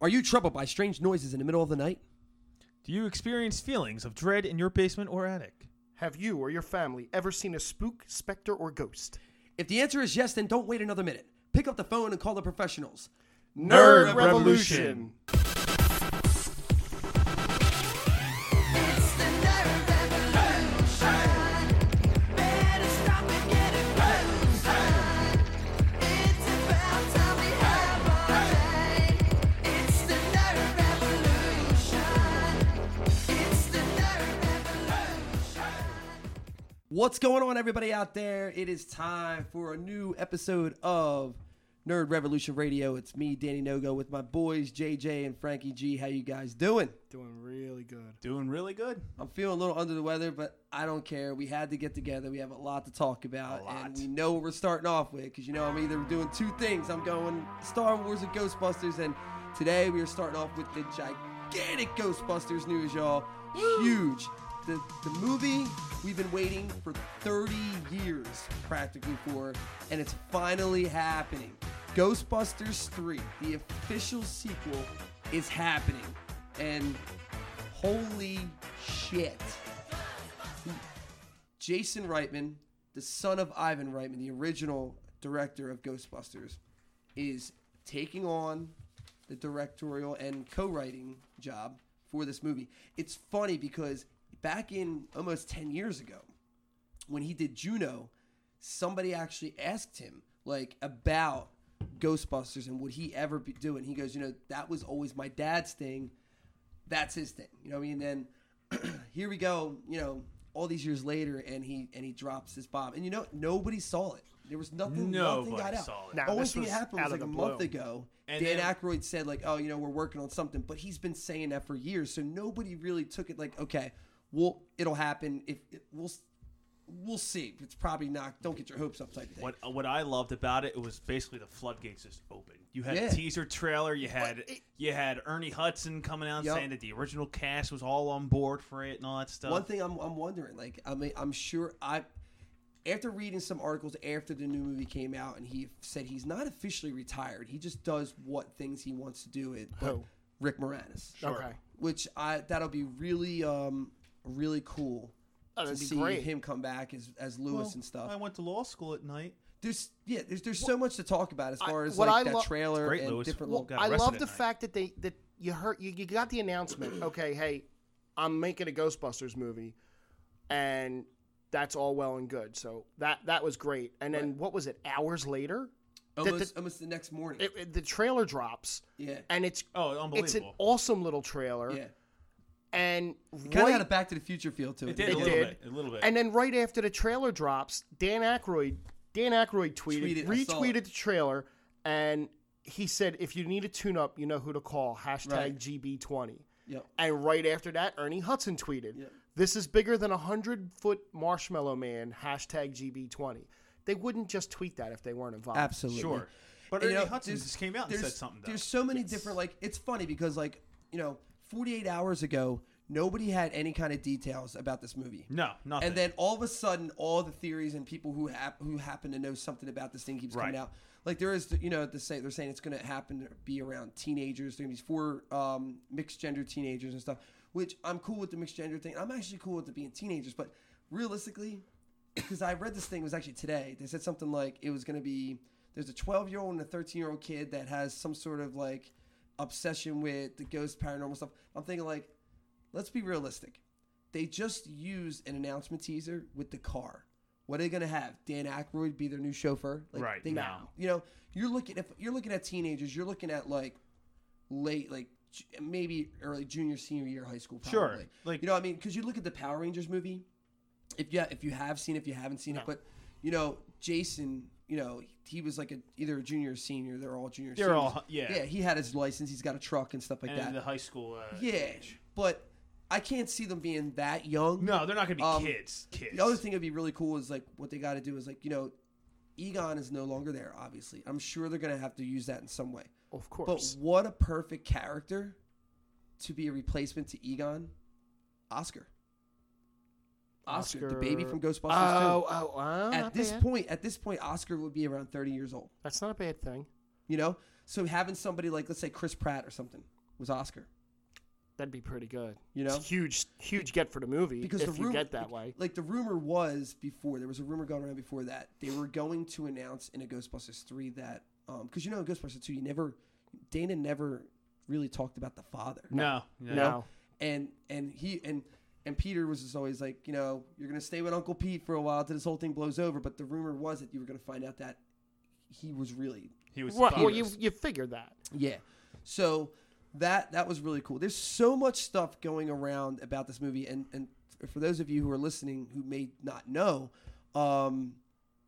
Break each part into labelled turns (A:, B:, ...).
A: Are you troubled by strange noises in the middle of the night?
B: Do you experience feelings of dread in your basement or attic?
C: Have you or your family ever seen a spook, specter, or ghost?
A: If the answer is yes, then don't wait another minute. Pick up the phone and call the professionals.
B: Nerd Revolution.
D: It's the nerve revolution. Better stop and get it It's about time we have our day. It's the nerve revolution. It's the nerve revolution.
A: What's going on, everybody out there? It is time for a new episode of Nerd Revolution Radio. It's me, Danny Nogo, with my boys JJ and Frankie G. How you guys doing?
C: Doing really good.
B: Doing really good.
A: I'm feeling a little under the weather, but I don't care. We had to get together. We have a lot to talk about, and we know what we're starting off with because you know I'm either doing two things. I'm going Star Wars and Ghostbusters, and today we are starting off with the gigantic Ghostbusters news, y'all. Huge. The, the movie we've been waiting for 30 years practically for, and it's finally happening. Ghostbusters 3, the official sequel, is happening. And Holy shit. Jason Reitman, the son of Ivan Reitman, the original director of Ghostbusters, is taking on the directorial and co writing job for this movie. It's funny because back in almost 10 years ago, when he did Juno, somebody actually asked him like about Ghostbusters and would he ever be doing. He goes, you know, that was always my dad's thing. That's his thing. You know what I mean? Then here we go. You know, all these years later, and he and he drops this bomb, and you know nobody saw it. There was nothing. nothing
B: Nobody
A: got out.
B: saw
A: The
B: it.
C: Nah,
A: only
C: this
A: thing that
C: was
A: happened was
C: out
A: like
C: of
A: a
C: the
A: month
C: blue.
A: ago.
B: And
A: Dan
B: then-
A: Aykroyd said like, "Oh, you know, we're working on something," but he's been saying that for years, so nobody really took it like, "Okay, well, it'll happen. If it, we'll, s- we'll see. It's probably not. Don't get your hopes up." Type thing.
B: What uh, what I loved about it, it was basically the floodgates just opened. You had
A: Yeah.
B: a teaser trailer. You had you had Ernie Hudson coming out
A: Yup.
B: saying that the original cast was all on board for it and all that
C: uh,
B: stuff.
A: One thing I'm, I'm wondering, like, I mean, I'm sure I, after reading some articles after the new movie came out, and he said he's not officially retired. He just does what things he wants to do. It, but
C: Who?
A: Rick Moranis,
C: Okay.
A: which I that'll be really, um, really cool
C: Oh,
A: to
C: that'd be
A: see
C: great.
A: him come back as as Lewis
B: Well,
A: and stuff.
B: I went to law school at night.
A: there's yeah, there's there's so much to talk about as
C: I-
A: far as
C: what
A: like
C: I
A: that
C: lo-
A: trailer
B: Great,
A: and
B: Lewis.
A: different
B: Well,
A: local.
B: got
C: I
B: arrested
C: love
B: at
C: the
B: night.
C: fact that they that you heard you, you got the announcement. okay, hey, I'm making a Ghostbusters movie, and that's all well and good. So that that was great. And then what was it? Hours later, that
A: almost
C: the-
A: almost the next morning.
C: it, it- the trailer drops,
A: yeah,
C: and it's
B: Oh, unbelievable!
C: it's an awesome little trailer.
A: yeah.
C: And
A: Kind of
C: right-
A: had a Back to the Future feel to it.
B: it did
C: It
B: a little
C: did.
B: bit. A little bit.
C: And then right after the trailer drops, Dan Aykroyd, Dan Aykroyd tweeted,
A: Tweeted, I saw
C: retweeted
A: it.
C: the trailer, and he said, "If you need a tune-up, you know who to call." Hashtag
A: Right.
C: GB20.
A: Yep.
C: And right after that, Ernie Hudson tweeted,
A: Yep.
C: "This is bigger than a hundred-foot marshmallow man." Hashtag GB20. They wouldn't just tweet that if they weren't involved.
A: Absolutely.
B: Sure. But
A: And,
B: Ernie
A: you know,
B: Hudson
A: there's-
B: just came out and said
A: there's-
B: something. Though.
A: There's so many different like it's funny because like, you know, 48 hours ago, nobody had any kind of details about this movie.
B: no nothing.
A: And then all of a sudden, all the theories and people who hap- who happen to know something about this thing keeps coming
B: Right.
A: out. Like there is, you know, the say they're saying it's going to happen to be around teenagers. There's four um, mixed gender teenagers and stuff. Which I'm cool with the mixed gender thing. I'm actually cool with it being teenagers, but realistically, because I read this thing it was actually today. They said something like it was going to be there's a 12 year old and a 13 year old kid that has some sort of like obsession with the ghost paranormal stuff. I'm thinking like, let's be realistic they just used an announcement teaser with the car. What are they gonna have? Dan Aykroyd be their new chauffeur? Like,
B: Right,
A: they,
B: no.
A: You know, you're looking if you're looking at teenagers, you're looking at like late, like j- maybe early junior senior year of high school.
B: Sure,
A: Probably.
B: like-
A: you know, what I mean, because you look at the Power Rangers movie. If yeah, if you have seen, if you haven't seen it, but you know, Jason, you know, he was like a either a junior or senior. They're all junior.
B: They're
A: seniors.
B: all- yeah.
A: Yeah, he had his license. He's got a truck and stuff like
B: And
A: that.
B: the high school. Uh,
A: yeah, but I can't see them being that young.
B: No, they're not going to be
A: Um,
B: kids. Kids.
A: The other thing that'd be really cool is like what they got to do is like you know, Egon is no longer there. Obviously, I'm sure they're gonna have to use that in some way.
C: Of
A: But
C: course.
A: what a perfect character to be a replacement to Egon, Oscar. Oscar, the baby from Ghostbusters.
C: Oh,
A: 2.
C: oh, oh.
A: At
C: not
A: this
C: bad.
A: point, at this point, Oscar would be around 30 years old.
C: that's not a bad thing.
A: You know, So having somebody like let's say Chris Pratt or something was Oscar.
C: That'd be pretty good.
A: You know?
C: it's huge, huge get for the movie
A: Because
C: if
A: the
C: you
A: rumor,
C: get that way.
A: like the rumor was before there was a rumor going around before that they were going to announce in a Ghostbusters three that because you know in Ghostbusters two you never Dana never really talked about the father.
B: No.
A: you know? and and he and and Peter was just always like, you know, you're gonna stay with Uncle Pete for a while till this whole thing blows over. But the rumor was that you were gonna find out that he was really
B: He was.
C: Well,
B: the
C: well, you
B: father.
C: you figure that.
A: yeah. So that that was really cool. There's so much stuff going around about this movie, and and for those of you who are listening who may not know, um,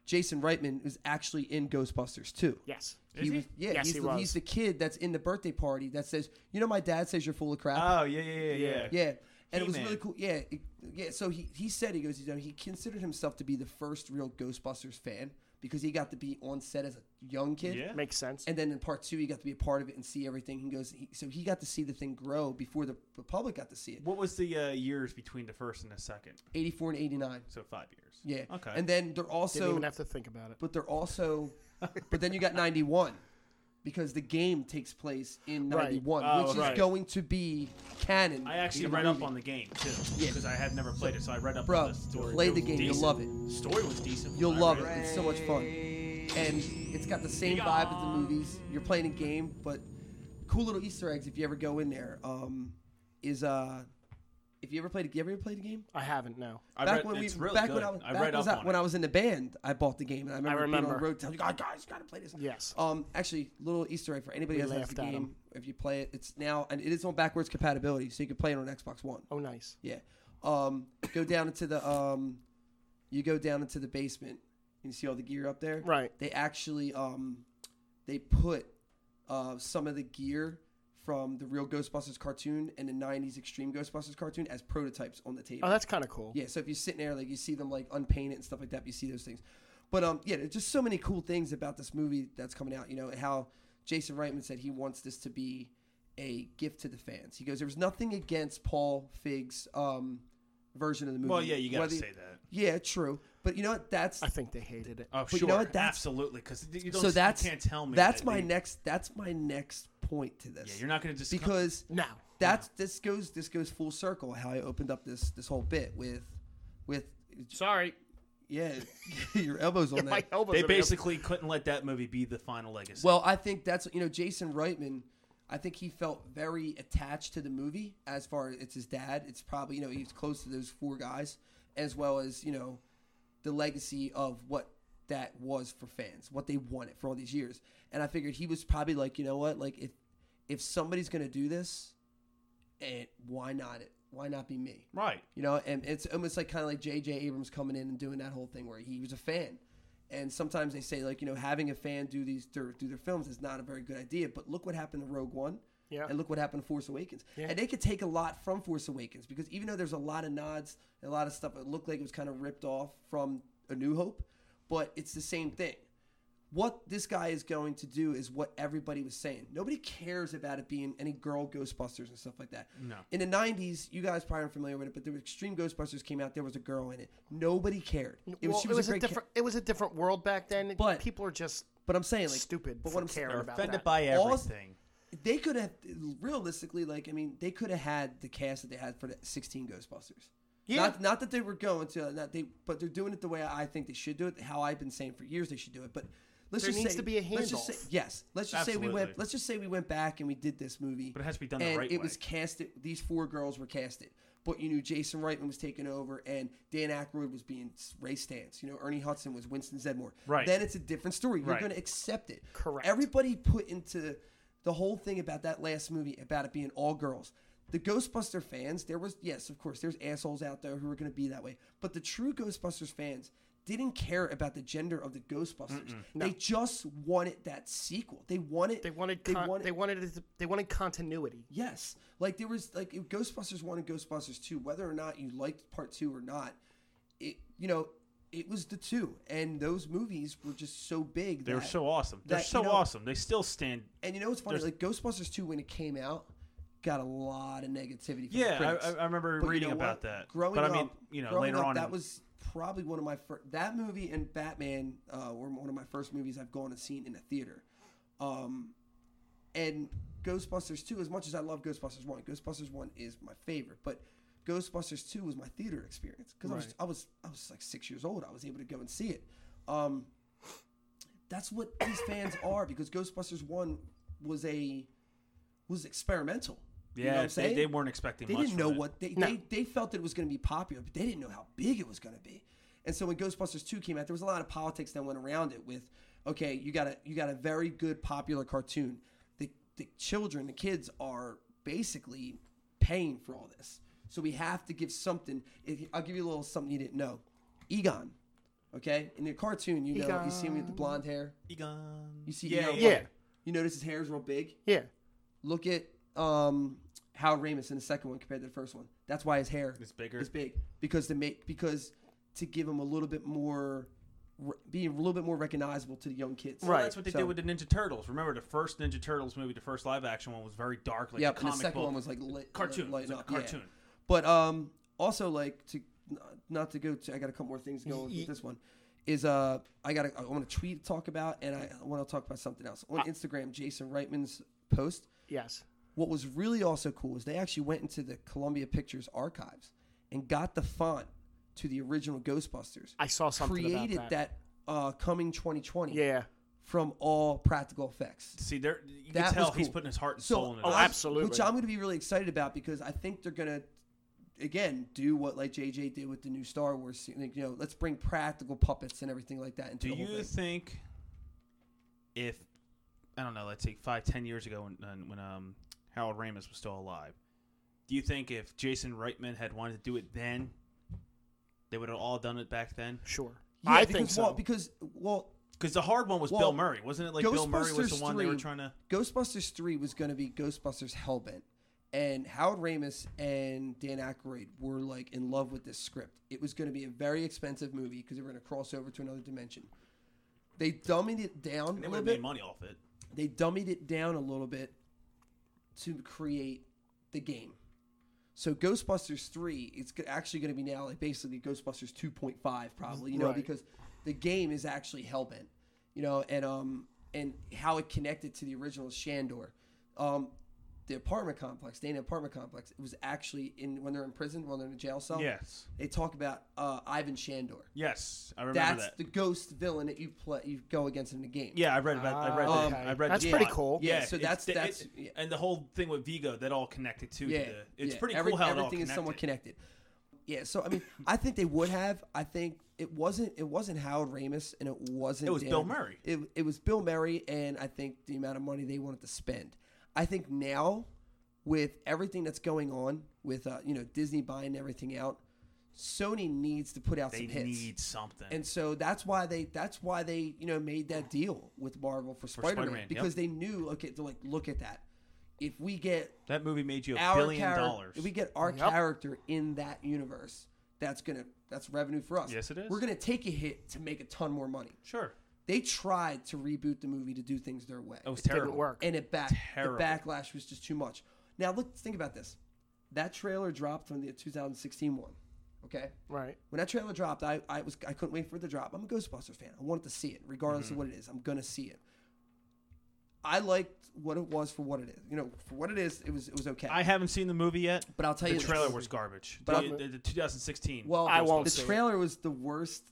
A: Jason Reitman is actually in Ghostbusters too.
C: Yes.
B: Is he?
A: was, yeah,
C: Yes,
A: he's,
C: he
A: the,
C: was.
A: he's the kid that's in the birthday party that says, you know, my dad says you're full of crap.
B: Oh yeah, yeah, yeah, yeah.
C: Yeah.
A: Yeah. And it was
B: He-Man.
A: really cool. Yeah, it- yeah. So he, he said he goes, you know, he considered himself to be the first real Ghostbusters fan because he got to be on set as a young kid,
B: Yeah.
C: Makes sense.
A: and then in part two he got to be a part of it and see everything. He goes, he, so he got to see the thing grow before the, the public got to see it.
B: What was the uh, years between the first and the second?
A: Eighty four and eighty nine.
B: So five years.
A: Yeah.
B: Okay.
A: And then they're
C: Didn't
A: also,
C: even have to think about it.
A: but they're also, but then you got ninety one. Because the game takes place in
C: Right.
A: '91,
B: Oh,
A: which is
B: right.
A: going to be canon.
B: I actually
A: in the
B: read up
A: movie.
B: on the game too,
A: Yeah.
B: because I had never played it, so I read up
A: Bro,
B: on the story.
A: play
B: It
A: the
B: was
A: game, you'll
B: decent.
A: love it.
B: Story was decent. when
A: You'll
B: I
A: love it.
B: read
A: It's so much fun. And it's got the same vibe as the movies. You're playing a game, but cool little Easter eggs if you ever go in there. Um, is uh, if you ever played, you ever played a game?
C: I haven't. No.
B: I read, it's really
A: back
B: good.
A: when I was,
B: I
A: back
B: read
A: was
B: up
A: I-
B: on
A: when
B: it.
A: I was in the band, I bought the game, and I remember, being on
C: remember.
A: road town. Like, oh, guys, gotta play this.
C: Yes.
A: Um, actually, little Easter egg for anybody
C: We
A: who has the
C: laughed at 'em.
A: game. If you play it, it's now and it is on backwards compatibility, so you can play it on Xbox One.
C: Oh, nice.
A: Yeah. Um, go down into the um, you go down into the basement and you see all the gear up there.
C: Right.
A: They actually um, they put uh, some of the gear from the real Ghostbusters cartoon and the '90s Extreme Ghostbusters cartoon as prototypes on the table.
C: Oh, that's kind of cool.
A: yeah. So if you're sitting there, like you see them like unpainted and stuff like that, but you see those things. But um, yeah, there's just so many cool things about this movie that's coming out. You know and how Jason Reitman said he wants this to be a gift to the fans. He goes, there was nothing against Paul Fig's um, version of the movie.
B: Well, yeah, you gotta
A: Whether-
B: say that.
A: Yeah, true. But you know what? That's
C: I think they hated it.
B: Oh,
A: you
B: sure,
A: know what? That's-
B: absolutely. Because you don't.
A: so that's
B: you can't tell me.
A: that's
B: that
A: my
B: they-
A: next that's my next point to this
B: Yeah, you're not gonna just
A: because
C: no.
A: that's this goes this goes full circle how I opened up this this whole bit with with
C: Sorry.
A: yeah your elbows on
C: My
A: that
C: elbows.
B: They
C: are made up.
B: basically couldn't let that movie be the final legacy.
A: well I think that's you know Jason Reitman I think he felt very attached to the movie as far as it's his dad it's probably you know he's close to those four guys as well as you know the legacy of what that was for fans, what they wanted for all these years. And I figured he was probably like, you know what, like if if somebody's gonna do this, and why not it? Why not be me?
B: right.
A: You know, and it's almost like kind of like J.J. Abrams coming in and doing that whole thing where he was a fan. And sometimes they say like, you know, having a fan do these do their films is not a very good idea. But look what happened to Rogue One.
C: Yeah.
A: And look what happened to Force Awakens. And they could take a lot from Force Awakens because even though there's a lot of nods, and a lot of stuff that looked like it was kind of ripped off from A New Hope, but it's the same thing. What this guy is going to do is what everybody was saying. Nobody cares about it being any girl Ghostbusters and stuff like that. No. In the 90s, you guys probably aren't familiar with it, but the Extreme Ghostbusters came out. There was a girl in it. Nobody cared. It was,
C: well,
A: she
C: it was a
A: great
C: different. It was a different world back then.
A: But-
C: people are just
A: ca- but I'm saying, like,
C: stupid
A: But
C: for
A: what I'm saying,
C: caring about
B: Offended
C: that.
B: by
A: All-
B: everything.
A: they could have realistically, like I mean, they could have had the cast that they had for the 16 Ghostbusters.
C: Yeah.
A: Not, not that they were going to, not they, but they're doing it the way I think they should do it. How I've been saying for years they should do it. But let's
C: There
A: just
C: needs
A: say,
C: to be a
A: let's just
C: handoff.
A: say- yes, let's just say we went.
B: Absolutely.
A: Let's just say we went back and we did this movie.
B: But it has to be done the
A: and
B: right
A: It was
B: way.
A: casted. These four girls were casted. But you knew Jason Reitman was taking over, and Dan Aykroyd was being Ray Stantz. You know, Ernie Hudson was Winston Zedmore.
B: Right.
A: Then it's a different story. You're
B: Right.
A: going to accept it.
C: Correct.
A: Every everybody put into the whole thing about that last movie about it being all girls. The Ghostbuster fans, there was yes, of course, there's assholes out there who are going to be that way, but the true Ghostbusters fans didn't care about the gender of the Ghostbusters. They just wanted that sequel. They wanted
C: They wanted. Con- they, wanted they wanted. it to- They wanted continuity.
A: Yes, like there was like if Ghostbusters one and Ghostbusters two, whether or not you liked part two or not, it you know it was the two, and those movies were just so big.
B: They were
A: that-
B: so awesome. They're
A: that, you
B: so
A: know-
B: awesome. They still stand.
A: And you know what's funny?
B: There's-
A: like Ghostbusters 2, when it came out, got a lot of negativity. From the
B: Yeah,
A: critics.
B: I, I- I remember
A: But you
B: reading
A: know
B: about
A: what?
B: that.
A: Growing
B: but I
A: up,
B: mean, you know,
A: growing
B: later
A: up,
B: on,
A: that
B: in-
A: was probably one of my first. That movie and Batman uh, were one of my first movies I've gone and seen in a theater. Um, And Ghostbusters 2, as much as I love Ghostbusters 1, Ghostbusters 1 is my favorite, but Ghostbusters 2 was my theater experience because
C: Right.
A: I, was, I was I was like six years old. I was able to go and see it. Um, that's what these fans are because Ghostbusters 1 was a was experimental. you know what
B: Yeah,
A: I'm
B: they,
A: saying?
B: they weren't expecting.
A: They
B: much
A: didn't
B: from
A: know
B: it.
A: what they,
C: No.
A: they they felt that it was going to be popular, but they didn't know how big it was going to be. And so when Ghostbusters 2 came out, there was a lot of politics that went around it with okay, you got a you got a very good popular cartoon. The the children, the kids are basically paying for all this. So we have to give something. if- I'll give you a little something you didn't know. Egon, okay? In the cartoon, you know, you see him with the blonde hair.
B: Egon.
A: You see
B: yeah,
A: Egon.
C: yeah.
A: You notice his hair is real big
C: Yeah.
A: look at um how Ramus in the second one compared to the first one. That's why his hair
B: It's bigger.
A: It's big because to make because to give him a little bit more re- be a little bit more recognizable to the young kids.
C: Right.
B: Well, that's what they
A: so-
B: did with the Ninja Turtles. Remember the first Ninja Turtles movie, the first live action one was very dark, like
A: Yeah,
B: the
A: and the
B: comic
A: second
B: book.
A: one was like lit,
B: cartoon.
A: light
B: It's like a
A: up, yeah.
B: cartoon.
A: But um also like to not to go to I got a couple more things going
C: Ye-
A: with this one. Is uh I got I want to tweet talk about and I want to talk about something else on Instagram. Jason Reitman's post
C: Yes.
A: What was really also cool is they actually went into the Columbia Pictures archives and got the font to the original Ghostbusters.
C: I saw something about
A: created
C: that.
A: uh, coming 2020
C: Yeah.
A: from all practical effects.
B: See, there you
A: That
B: can tell
A: was
B: he's
A: cool.
B: putting his heart and
A: So,
B: soul into
A: I-
C: Oh,
B: this.
C: absolutely.
A: Which I'm going to be really excited about because I think they're going to again do what like JJ did with the new Star Wars. se- Like, you know, let's bring practical puppets and everything like that into
B: Do
A: the whole
B: you
A: thing.
B: think if I don't know, let's say five, ten years ago when when, when um Harold Ramis was still alive, do you think if Jason Reitman had wanted to do it then, they would have all done it back then?
C: sure.
A: Yeah,
C: I
A: because,
C: think so.
A: Well, because well,
B: Because the hard one was
A: Well,
B: Bill Murray, wasn't it? Like Bill Murray was the
A: Ghostbusters
B: one they were
A: 3
B: trying to.
A: Ghostbusters 3 was going to be Ghostbusters Hellbent. And Howard Ramis and Dan Aykroyd were like in love with this script. It was going to be a very expensive movie because they were going to cross over to another dimension. They dummied it down
B: They
A: a
B: would
A: little
B: have
A: bit.
B: made money off it.
A: They dummied it down a little bit to create the game. So Ghostbusters 3 it's go- actually going to be now like basically Ghostbusters 2.5 probably, you know,
C: Right.
A: because the game is actually Hellbent, you know, and um and how it connected to the original Shandor. Um the apartment complex, they in the apartment complex, it was actually in when they're in prison, when they're in a jail cell.
B: Yes,
A: They talk about uh, Ivan Shandor.
B: yes, I remember
A: That's
B: that.
A: the ghost villain that you play you go against in the game.
B: yeah, I read about. I read.
A: Ah,
B: the,
A: okay.
B: I read. the
C: That's pretty
B: plot.
C: cool.
A: Yeah,
B: Yeah,
A: so
B: it's-
A: that's-
B: it-
A: that's-
B: it-
A: yeah.
B: and the whole thing with Vigo that all connected to. Yeah, the, it's
A: yeah.
B: pretty
A: Every-
B: cool how it all
A: everything
B: connected.
A: is somewhat connected. Yeah, so I mean, I think they would have. I think it wasn't it wasn't Howard Ramus and it wasn't
B: It was
A: Dan-
B: Bill Murray.
A: It, it was Bill Murray, and I think the amount of money they wanted to spend. I think now, with everything that's going on with uh, you know Disney buying everything out, Sony needs to put out
B: They
A: some hits.
B: need something.
A: And so that's why they that's why they you know made that deal with Marvel for Spider-Man,
B: Spider-Man, yep.
A: because they knew okay they're like look at that if we get
B: that movie made you a
A: our
B: billion
A: charac-
B: dollars.
A: if we get our
C: Yep.
A: character in that universe that's gonna that's revenue for us
B: Yes, it is.
A: we're gonna take a hit to make a ton more money
B: sure,
A: they tried to reboot the movie to do things their way
B: it was
C: Didn't
B: terrible.
C: work.
A: and it back
B: Oh, Terrible.
A: the backlash was just too much now look think about this that trailer dropped from the 2016 one okay
C: right.
A: when that trailer dropped, I, I was I couldn't wait for it to drop. I'm a Ghostbuster fan. I wanted to see it, regardless
B: Mm-hmm.
A: of what it is. I'm gonna see it. I liked what it was for what it is. You know, for what it is, it was it was okay.
B: I haven't seen the movie yet.
A: but I'll tell
B: The
A: you, this.
B: trailer was garbage.
A: But
B: the,
A: I'm-
B: the- the 2016.
A: well.
C: I won't
A: The
C: see it.
A: trailer was the worst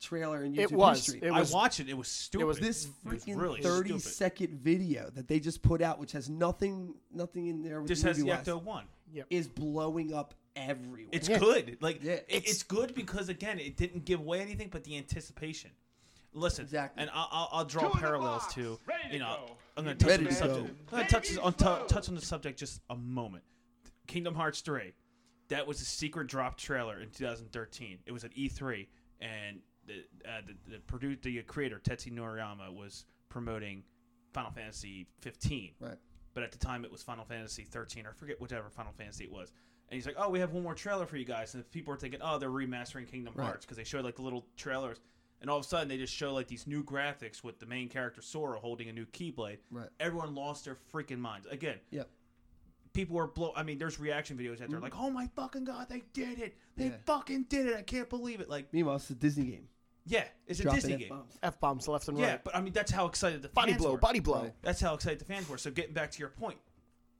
A: trailer in YouTube
C: It was.
A: history.
C: It
B: I
C: was-
B: watched it. It was stupid.
C: was
A: this
B: It was
A: freaking
B: really
A: thirty second
B: stupid.
A: video that they just put out, which has nothing nothing in there. With
B: This has the
A: movie-wise,
B: Ecto one.
A: is blowing up everywhere.
B: It's
C: Yeah.
B: good. Like
A: Yeah.
B: it- it's, good because again, it didn't give away anything, but the anticipation. Listen,
A: Exactly.
B: and I'll, I'll, I'll draw parallels to you know. I'm going to touch
A: Ready
B: on the
A: to go.
B: subject. I'm going to touch on tou- touch on the subject just a moment. Kingdom Hearts three, that was a secret drop trailer in 2013. It was at E3, and the uh, the, the, produ- the creator Tetsu Noriyama was promoting Final Fantasy 15
A: right.
B: but at the time it was Final Fantasy 13 or I forget whichever Final Fantasy it was. And he's like, "Oh, we have one more trailer for you guys." And people are thinking, "Oh, they're remastering Kingdom
A: Right.
B: Hearts because they showed like the little trailers." And all of a sudden, they just show like these new graphics with the main character Sora holding a new Keyblade.
A: Right.
B: Everyone lost their freaking minds. Again,
A: Yep.
B: people were blow. I mean, there's reaction videos out there like, "Oh my fucking god, they did it! They
A: Mm. Yeah.
B: fucking did it! I can't believe it!" Like,
A: Meanwhile, it's a Disney game.
B: Yeah, it's a
A: Dropping
B: Disney game.
A: F-bombs.
C: F bombs left and
B: Yeah,
C: right.
B: but I mean that's how excited the
C: Body
B: fans
C: blow,
B: were.
C: body blow.
B: That's how excited the fans were. So getting back to your point,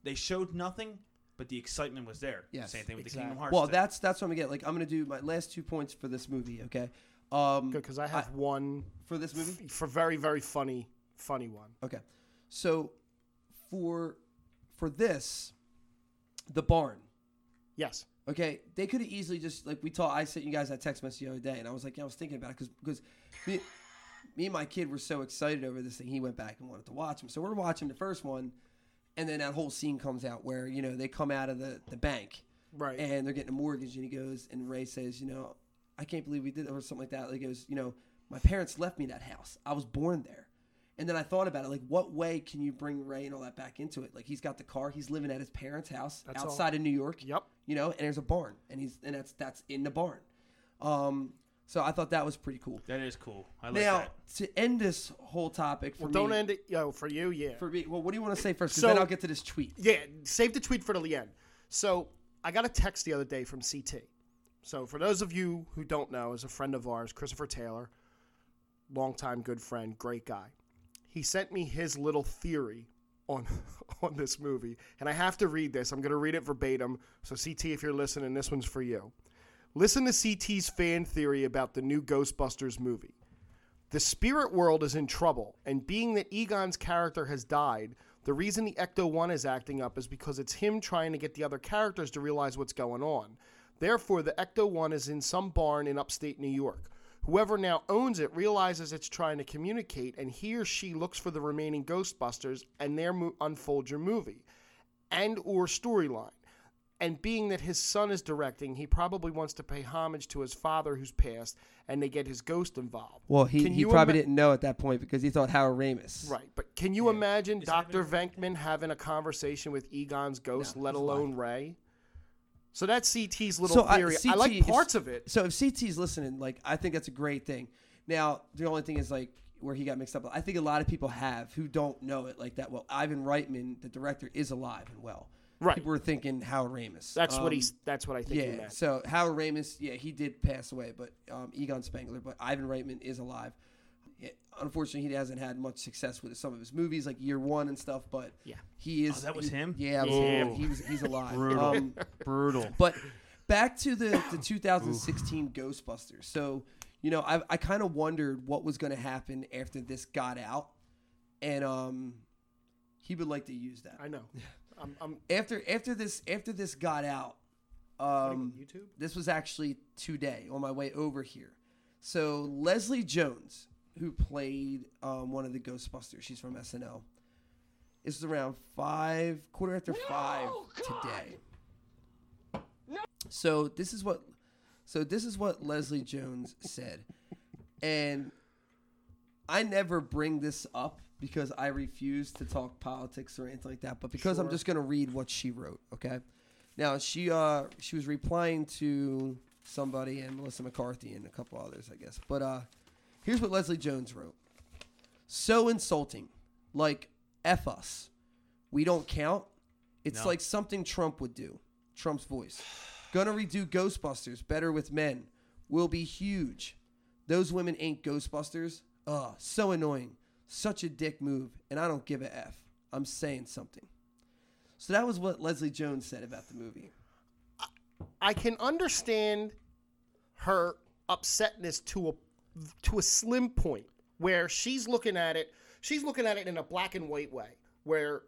B: they showed nothing, but the excitement was there.
A: Yes,
B: Same thing with
C: exactly.
B: the Kingdom Hearts.
A: Well,
B: thing.
A: that's that's what I'm gonna get. Like I'm gonna do my last two points for this movie. Okay. Um,
C: Good, because I have one
A: for this movie.
C: f- for very, very funny, funny one.
A: Okay. So for for this, the barn.
C: Yes.
A: Okay, they could have easily just like we talked. I sent you guys that text message the other day, and I was like, yeah, I was thinking about it because because me, me and my kid were so excited over this thing. He went back and wanted to watch him, so we're watching the first one, and then that whole scene comes out where you know they come out of the the bank,
C: Right.
A: and they're getting a mortgage, and he goes, and Ray says, you know, I can't believe we did, or something like that. Like it was, you know, my parents left me that house. I was born there. And then I thought about it, like, what way can you bring Ray and all that back into it? Like, he's got the car, he's living at his parents' house
C: That's all.
A: outside of New York.
C: Yep.
A: You know, and there's a barn, and he's and that's that's in the barn. Um, so I thought that was pretty cool.
B: that is cool. I like
A: now
B: that.
A: to end this whole topic for
C: Well,
A: me,
C: don't end it. Yo, for you, yeah.
A: for me. Well, what do you want to say first? 'Cause
C: So-
A: then I'll get to this tweet.
C: Yeah, save the tweet for the end. So I got a text the other day from CT. So for those of you who don't know, is a friend of ours, Christopher Taylor, longtime good friend, great guy. He sent me his little theory on on this movie, and I have to read this. I'm going to read it verbatim. So CT, if you're listening, this one's for you. Listen to CT's fan theory about the new Ghostbusters movie. The spirit world is in trouble, and being that Egon's character has died, the reason the Ecto 1 is acting up is because it's him trying to get the other characters to realize what's going on. Therefore, the Ecto 1 is in some barn in upstate New York. Whoever now owns it realizes it's trying to communicate, and he or she looks for the remaining Ghostbusters, and there mo- unfolds your movie and or storyline. And being that his son is directing, he probably wants to pay homage to his father who's passed, and they get his ghost involved.
A: Well, he,
C: Can
A: he
C: you
A: probably
C: ima-
A: didn't know at that point because he thought Howard Ramis.
C: Right, but can you imagine Dr. Venkman having a conversation with Egon's ghost, let alone Ray? So that's CT's little theory. I, like
A: CT
C: parts
A: if-
C: of it.
A: So if CT's listening, like I think that's a great thing. Now the only thing is like where he got mixed up. I think a lot of people have who don't know it like that. Well, Ivan Reitman, the director, is alive and well.
C: Right.
A: People were thinking Howard Ramis.
C: That's what
A: Um,
C: he's. That's what I think. he
A: Yeah.
C: meant.
A: So Howard Ramis, yeah, he did pass away, but um, Egon Spengler, but Ivan Reitman is alive. Yeah, unfortunately, he hasn't had much success with some of his movies, like Year One and stuff. But yeah, he is.
B: Oh, that was
A: he-
B: him?
A: Yeah, it was
B: Yeah.
A: him. He was, he's alive.
B: Brutal.
A: Um,
B: Brutal.
A: but back to the, the 2016 Ghostbusters. So, you know, I, I kind of wondered what was going to happen after this got out. And um, he would like to use that.
C: I know. I'm, I'm
A: After after this after this got out, um,
C: YouTube.
A: this was actually today on my way over here. So Leslie Jones, who played um, one of the Ghostbusters, she's from SNL. It's around five, quarter after five today. So this is what, so this is what Leslie Jones said, and I never bring this up because I refuse to talk politics or anything like that. But because I'm just gonna read what she wrote, okay? Now she uh she was replying to somebody and Melissa McCarthy and a couple others, I guess. But uh, here's what Leslie Jones wrote: So insulting, like f us, we don't count. It's like something Trump would do. Trump's voice. Gonna redo Ghostbusters better with men. Will be huge. Those women ain't Ghostbusters. Ugh, so annoying. Such a dick move, and I don't give a F. I'm saying something. So that was what Leslie Jones said about the movie.
C: I can understand her upsetness to a to a slim point where she's looking at it. She's looking at it in a black and white way where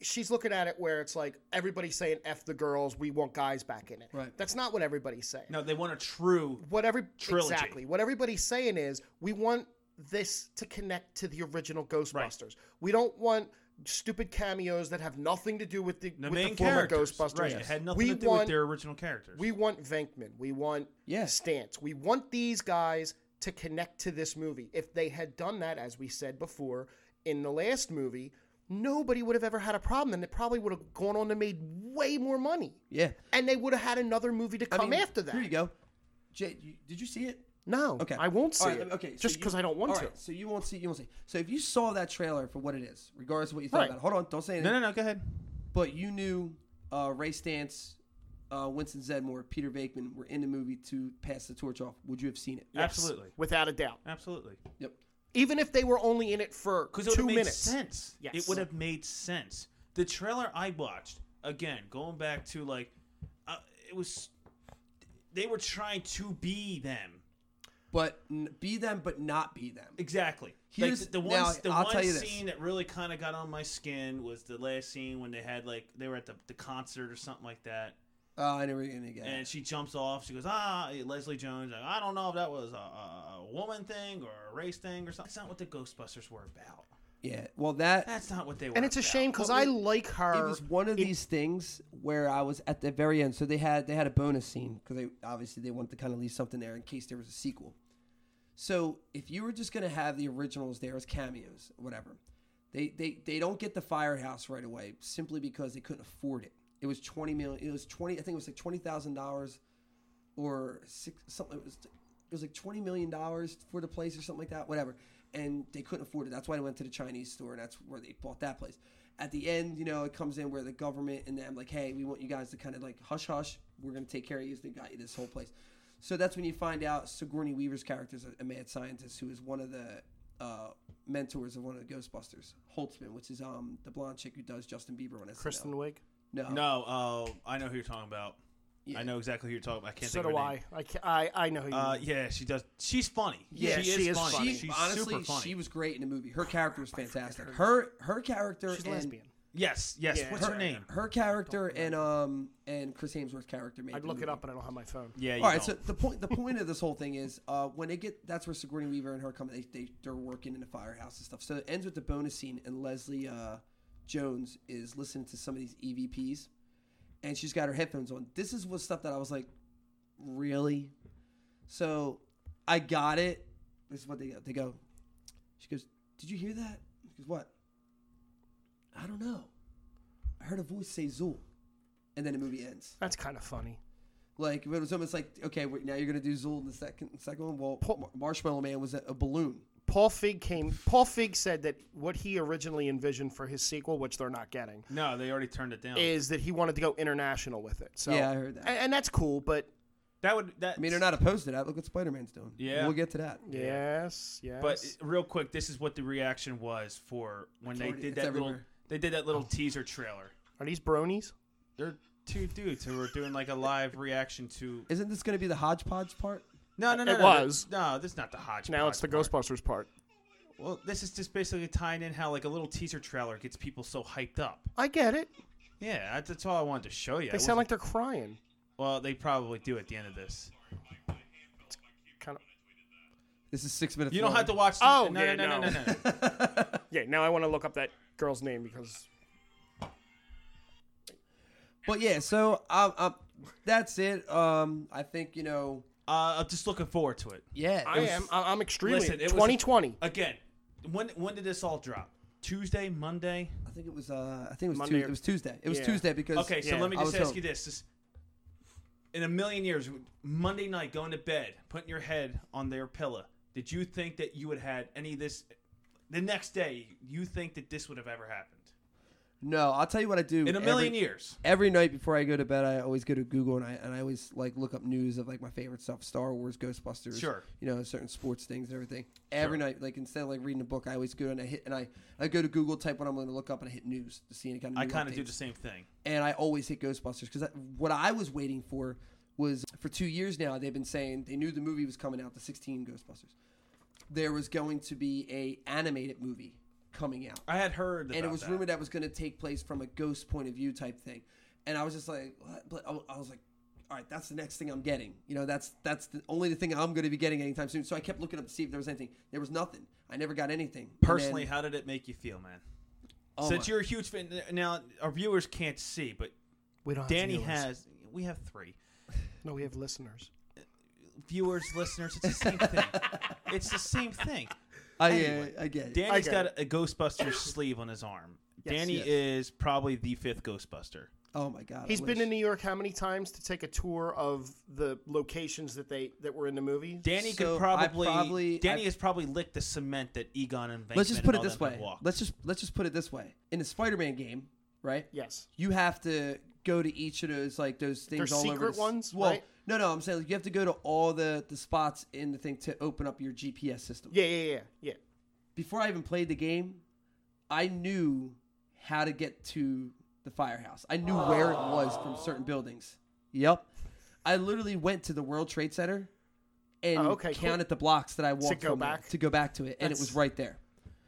C: she's looking at it where it's like everybody's saying f the girls, we want guys back in it.
A: Right.
C: That's not what everybody's saying.
B: no, they want a true.
C: What every
B: Trilogy.
C: exactly what everybody's saying is we want this to connect to the original Ghostbusters. We don't want stupid cameos that have nothing to do with the,
B: The
C: with
B: main
C: the former
B: characters.
C: Ghostbusters.
B: Right. It had nothing to
C: we
B: do
C: want,
B: with their original characters.
C: we want Venkman. We want
A: Yeah.
C: Stance. We want these guys to connect to this movie. If they had done that, as we said before in the last movie, nobody would have ever had a problem, and it probably would have gone on to made way more money.
A: Yeah.
C: And they would have had another movie to come
A: I mean,
C: after that.
A: Here you go. Jay, you, did you see it?
C: No,
A: Okay.
C: I won't see
A: All right,
C: it.
A: Okay. so
C: just
A: you-
C: because I don't want
A: all
C: to.
A: right, so you won't see. You won't see. So if you saw that trailer for what it is, regardless of what you thought
C: Right.
A: about it, hold on, don't say anything.
B: no, no, no. Go ahead.
A: But you knew uh, Ray Stance uh, Winston Zedmore, Peter Vakeman were in the movie to pass the torch off, would you have seen it?
B: Absolutely.
C: without a doubt.
B: Absolutely.
A: Yep.
C: Even if they were only in it for
B: Because it would
C: two
B: have made
C: minutes.
B: sense.
C: Yes.
B: It would have made sense. The trailer I watched, again, going back to like, uh, it was, they were trying to be them.
A: But n- be them, but not be them.
B: Exactly.
A: Here's-
B: like the, the one,
A: now,
B: the
A: I'll
B: one
A: tell you this.
B: scene that really kind of got on my skin was the last scene when they had like they were at the, the concert or something like that,
A: Uh, I never gonna get it.
B: and she jumps off. She goes, "Ah, Leslie Jones." Like, I don't know if that was a, a, a woman thing or a race thing or something. That's not what the Ghostbusters were about.
A: Yeah. Well, that
B: That's not what they were.
C: And it's a
B: about.
C: shame because
A: Well,
C: I
A: it-
C: like her.
A: it was one of these things where I was at the very end. So they had they had a bonus scene because they obviously they wanted to kind of leave something there in case there was a sequel. So if you were just gonna have the originals there as cameos, whatever, they they they don't get the firehouse right away simply because they couldn't afford it. It was twenty million. It was twenty. I think it was like twenty thousand dollars, or six something. It was it was like twenty million dollars for the place or something like that. Whatever. And they couldn't afford it. That's why they went to the Chinese store, and that's where they bought that place. At the end, you know, it comes in where the government and them like, hey, we want you guys to kind of like hush hush. We're gonna take care of you. They got you this whole place. So that's when you find out Sigourney Weaver's character is a, a mad scientist who is one of the uh, mentors of one of the Ghostbusters, Holtzman, which is um the blonde chick who does Justin Bieber on SNL.
C: Kristen Wiig.
A: No.
B: No, oh, I know who you're talking about.
A: Yeah.
B: I know exactly who you're talking about. I can't
C: So
B: think
C: do
B: of her name.
C: I. I, ca- I. I know who you
B: Uh,
C: mean.
B: yeah, she does. She's funny.
A: Yeah,
B: she,
C: she
B: is
C: is
B: funny.
C: funny.
B: She's
A: honestly,
B: super funny.
A: she was great in the movie. Her character was fantastic. Her her character
C: She's
A: and
C: lesbian.
B: yes, yes.
C: Yeah.
B: What's her
C: Her-
B: name?
A: her character and um and Chris Hemsworth's character made.
C: I'd
A: the
C: look it
A: movie.
C: up, but I don't have my phone.
B: Yeah. You
A: All right,
B: don't.
A: so the point the point of this whole thing is uh, when they get that's where Sigourney Weaver and her come they, they they're working in the firehouse and stuff. So it ends with the bonus scene and Leslie uh, Jones is listening to some of these EVPs, and she's got her headphones on. This is what stuff that I was like, really? So I got it. This is what they go. They go. She goes, "Did you hear that?" She goes, "What?" I don't know. I heard a voice say "Zool," and then the movie ends.
C: That's kind of funny.
A: Like but it was almost like okay, wait, now you're gonna do Zool in the second second one. Well, Mar- Marshmallow Man was a, a balloon.
C: Paul Fig came. Paul Fig said that what he originally envisioned for his sequel, which they're not getting,
B: no, they already turned it down.
C: is that he wanted to go international with it. So
A: Yeah, I heard that.
C: And, and that's cool, but
B: that would. That.
A: I mean, they're not opposed to that. Look what Spider Man's doing.
B: Yeah.
A: we'll get to that.
C: yes, yes.
B: But uh, real quick, this is what the reaction was for when they
A: already-
B: did
A: it's
B: that little.
A: everywhere. Oh.
B: They did that little teaser trailer.
C: are these bronies?
B: They're two dudes who were doing like a live reaction to.
A: Isn't this gonna be the hodgepodge part?
B: No, no, no. no,
C: It
B: that-
C: was.
B: No, this is not the hodgepodge.
C: Now it's the
B: part.
C: Ghostbusters part.
B: Well, this is just basically tying in how like a little teaser trailer gets people so hyped up.
C: I get it.
B: Yeah, that's, that's all I wanted to show you.
C: They
B: I wasn't-
C: sound like they're crying.
B: Well, they probably do at the end of this.
C: Kind of.
A: This is six minutes.
B: You don't
A: long.
B: have to watch. The,
C: Oh,
B: no,
C: yeah,
B: no, no, no, no,
C: no.
B: no. no.
C: Yeah. Now I want to look up that girl's name because
A: But yeah, so um, um, that's it. Um, I think you know.
B: uh, I'm just looking forward to it.
A: Yeah,
C: I am. I- I'm extremely.
B: Listen, it was-
C: 2020.
B: Again, when when did this all drop? Tuesday, Monday.
A: I think it was. Uh, I think it was.
C: Monday
A: Tuesday.
C: or-
A: it was Tuesday. It was
C: Yeah.
A: Tuesday because.
B: Okay, so
C: Yeah.
B: let me
A: I
B: just
A: was
B: ask
A: home.
B: you this. this: In a million years, Monday night, going to bed, putting your head on their pillow, did you think that you would had any of this? The next day, you think that this would have ever happened?
A: No, I'll tell you what I do.
B: In a million
A: every,
B: years.
A: every night before I go to bed, I always go to Google and I and I always like look up news of like my favorite stuff: Star Wars, Ghostbusters,
B: Sure.
A: you know, certain sports things and everything. Every night, like instead of like reading a book, I always go and I hit and I I go to Google, type what I'm going to look up, and I hit news to see any kind of.
B: I
A: new
B: kind of do
A: updates.
B: the same thing.
A: and I always hit Ghostbusters because what I was waiting for was for two years now. They've been saying they knew the movie was coming out, the 16 Ghostbusters. There was going to be a animated movie coming out
B: I had heard,
A: and it
B: about
A: was
B: that.
A: rumored that was going to take place from a ghost point of view type thing and i was just like what? but I- i was like all right that's the next thing i'm getting you know that's that's the only the thing i'm going to be getting anytime soon so i kept looking up to see if there was anything there was nothing i never got anything And
B: Personally,
A: then-
B: how did it make you feel, man?
A: Oh
B: Since
A: my-
B: you're a huge fan, now our viewers can't see, but
C: We don't.
B: Danny
C: have viewers.
B: has. We have three
C: No, we have listeners.
B: viewers, listeners. It's the same thing. It's the same thing.
A: i,
B: anyway,
A: uh, I get it
B: Danny's
C: I
B: got
C: get
B: a Ghostbuster sleeve on his arm. Danny
A: yes.
B: is probably the fifth Ghostbuster.
A: oh my god
C: He's
A: I
C: been
A: wish.
C: in New York how many times to take a tour of the locations that they that were in the movie?
B: Danny
A: So, I
B: could probably,
A: probably-
B: Danny
A: I-
B: has probably licked the cement that Egon and
A: let's just put it this way
B: Walk.
A: let's just let's just put it this way in the spider-man game right?
C: Yes.
A: You have to go to each of those like those things
C: They're
A: all over.
C: secret
A: s-
C: ones,
A: Well,
C: right?
A: no, no. I'm saying like, you have to go to all the the spots in the thing to open up your GPS system.
C: Yeah, yeah, yeah, yeah.
A: Before I even played the game, I knew how to get to the firehouse. I knew where it was from certain buildings. Yep. I literally went to the World Trade Center and
C: Oh, okay, cool.
A: counted the blocks that I walked
C: go
A: from there,
C: back?
A: to go back to it, and it was
C: That's-
A: right there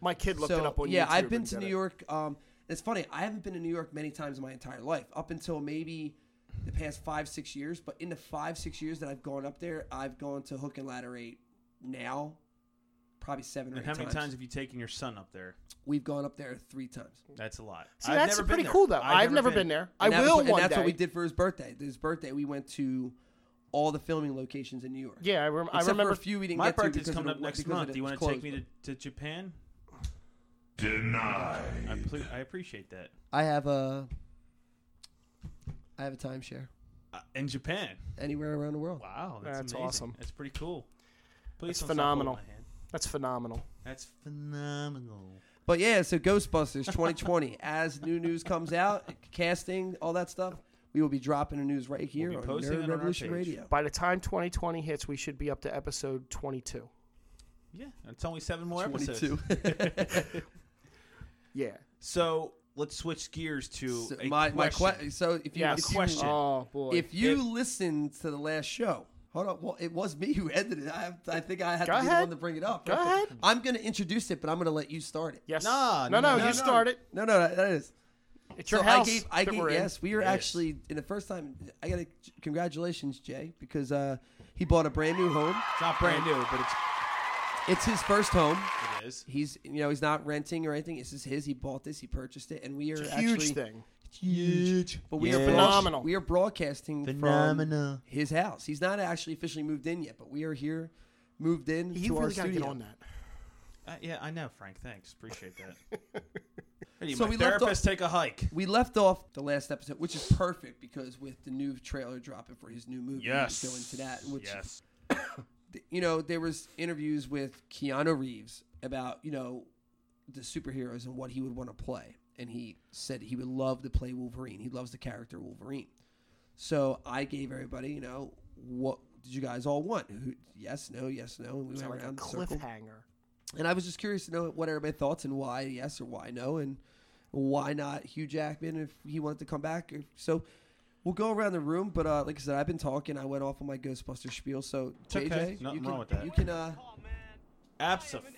C: My kid looked it up on
A: yeah,
C: YouTube.
A: I've been
C: and
A: to
C: did
A: New
C: it.
A: York. Um, it's funny. I haven't been to New York many times in my entire life, up until maybe the past five six years. But in the five six years that I've gone up there, I've gone to Hook and Ladder Eight now, probably seven or
B: And
A: eight
B: how many
A: times.
B: times have you taken your son up there?
A: We've gone up there three times.
B: That's a lot.
C: See,
B: I've
C: that's
B: never been
C: pretty
B: there.
C: cool though. I've, never been, there. I
A: And that was
C: will
A: what- and
C: one
A: that's
C: day.
A: what we did for his birthday. His birthday, we went to all the filming locations in New York.
C: Yeah, I, rem- I
A: Except for
C: remember.
A: a few we didn't
B: My
A: get to
B: birthday's
A: because of
B: coming
A: the-
B: up next
A: because of
B: month.
A: it
B: Do you
A: was
B: want to take
A: closed,
B: me
A: but-
B: to, to Japan?
E: Deny.
B: I, ple- I appreciate that.
A: I have a. I have a timeshare
B: Uh, in Japan.
A: anywhere around the world.
B: Wow, that's,
C: That's
B: amazing.
C: awesome.
B: That's pretty cool. Please
C: That's
B: don't stop holding
C: phenomenal.
B: my hand.
C: That's phenomenal.
B: That's phenomenal.
A: But yeah, so Ghostbusters 2020. as new news comes out, casting, all that stuff, we will be dropping the news right here
B: be
A: on
B: posting it
A: Nerd
B: on our
A: Revolution
B: page.
A: Radio.
C: By the time 2020 hits, we should be up to episode 22.
B: Yeah, it's only seven more episodes.
A: 22.
C: Yeah.
B: So let's switch gears to
A: so
B: a
A: my my
B: question.
A: que- so if you
C: Yes.
A: if you,
B: question.
C: Oh boy.
A: if you listened to the last show, hold on, well it was me who ended it. I have, I think I had
C: Go
A: to be the
C: ahead.
A: one to bring it up.
C: Go ahead.
A: I'm going to introduce it, but I'm going to let you start it.
C: yes.
B: Nah,
C: no,
B: no,
C: no,
B: no,
C: You
B: no.
C: start it.
A: No, no, that is.
C: It's your
A: so
C: house.
A: I gave, I
C: that
A: gave,
C: we're in.
A: yes, we are
B: Yes.
A: actually in the first time. I got to congratulations, Jay, because uh, he bought a brand new home.
B: It's not brand new, but it's
A: It's his first home.
B: it is.
A: He's you know he's not renting or anything. This is his. He bought this. He purchased it, and we are
C: It's a
A: actually
C: huge thing.
A: Huge. But we are
B: Yeah.
C: Phenomenal.
A: phenomenal. We are broadcasting
B: Phenomenal.
A: from his house. He's not actually officially moved in yet, but we are here, moved in
C: You
A: to our
C: really gotta
A: studio.
C: get on that.
B: Uh, yeah, I know, Frank. Thanks, appreciate that. I need
A: So
B: my
A: we left
B: therapist take a hike.
A: We left off the last episode, which is perfect because with the new trailer dropping for his new movie,
B: Yes.
A: we go into that. Which
B: yes.
A: you know, there was interviews with Keanu Reeves about you know the superheroes and what he would want to play, and he said he would love to play Wolverine. He loves the character Wolverine. So I gave everybody, you know, what did you guys all want? Who, yes, no, yes, no, and we
C: It's
A: went
C: like a
A: around the circle.
C: cliffhanger.
A: And I was just curious to know what everybody thoughts and why yes or why no, and why not Hugh Jackman if he wanted to come back. Or, so we'll go around the room, but uh, like I said, I've been talking. I went off on my Ghostbuster spiel, so JJ,
B: okay. Nothing
A: you can,
B: wrong with that.
A: You can uh,
B: Absolutely.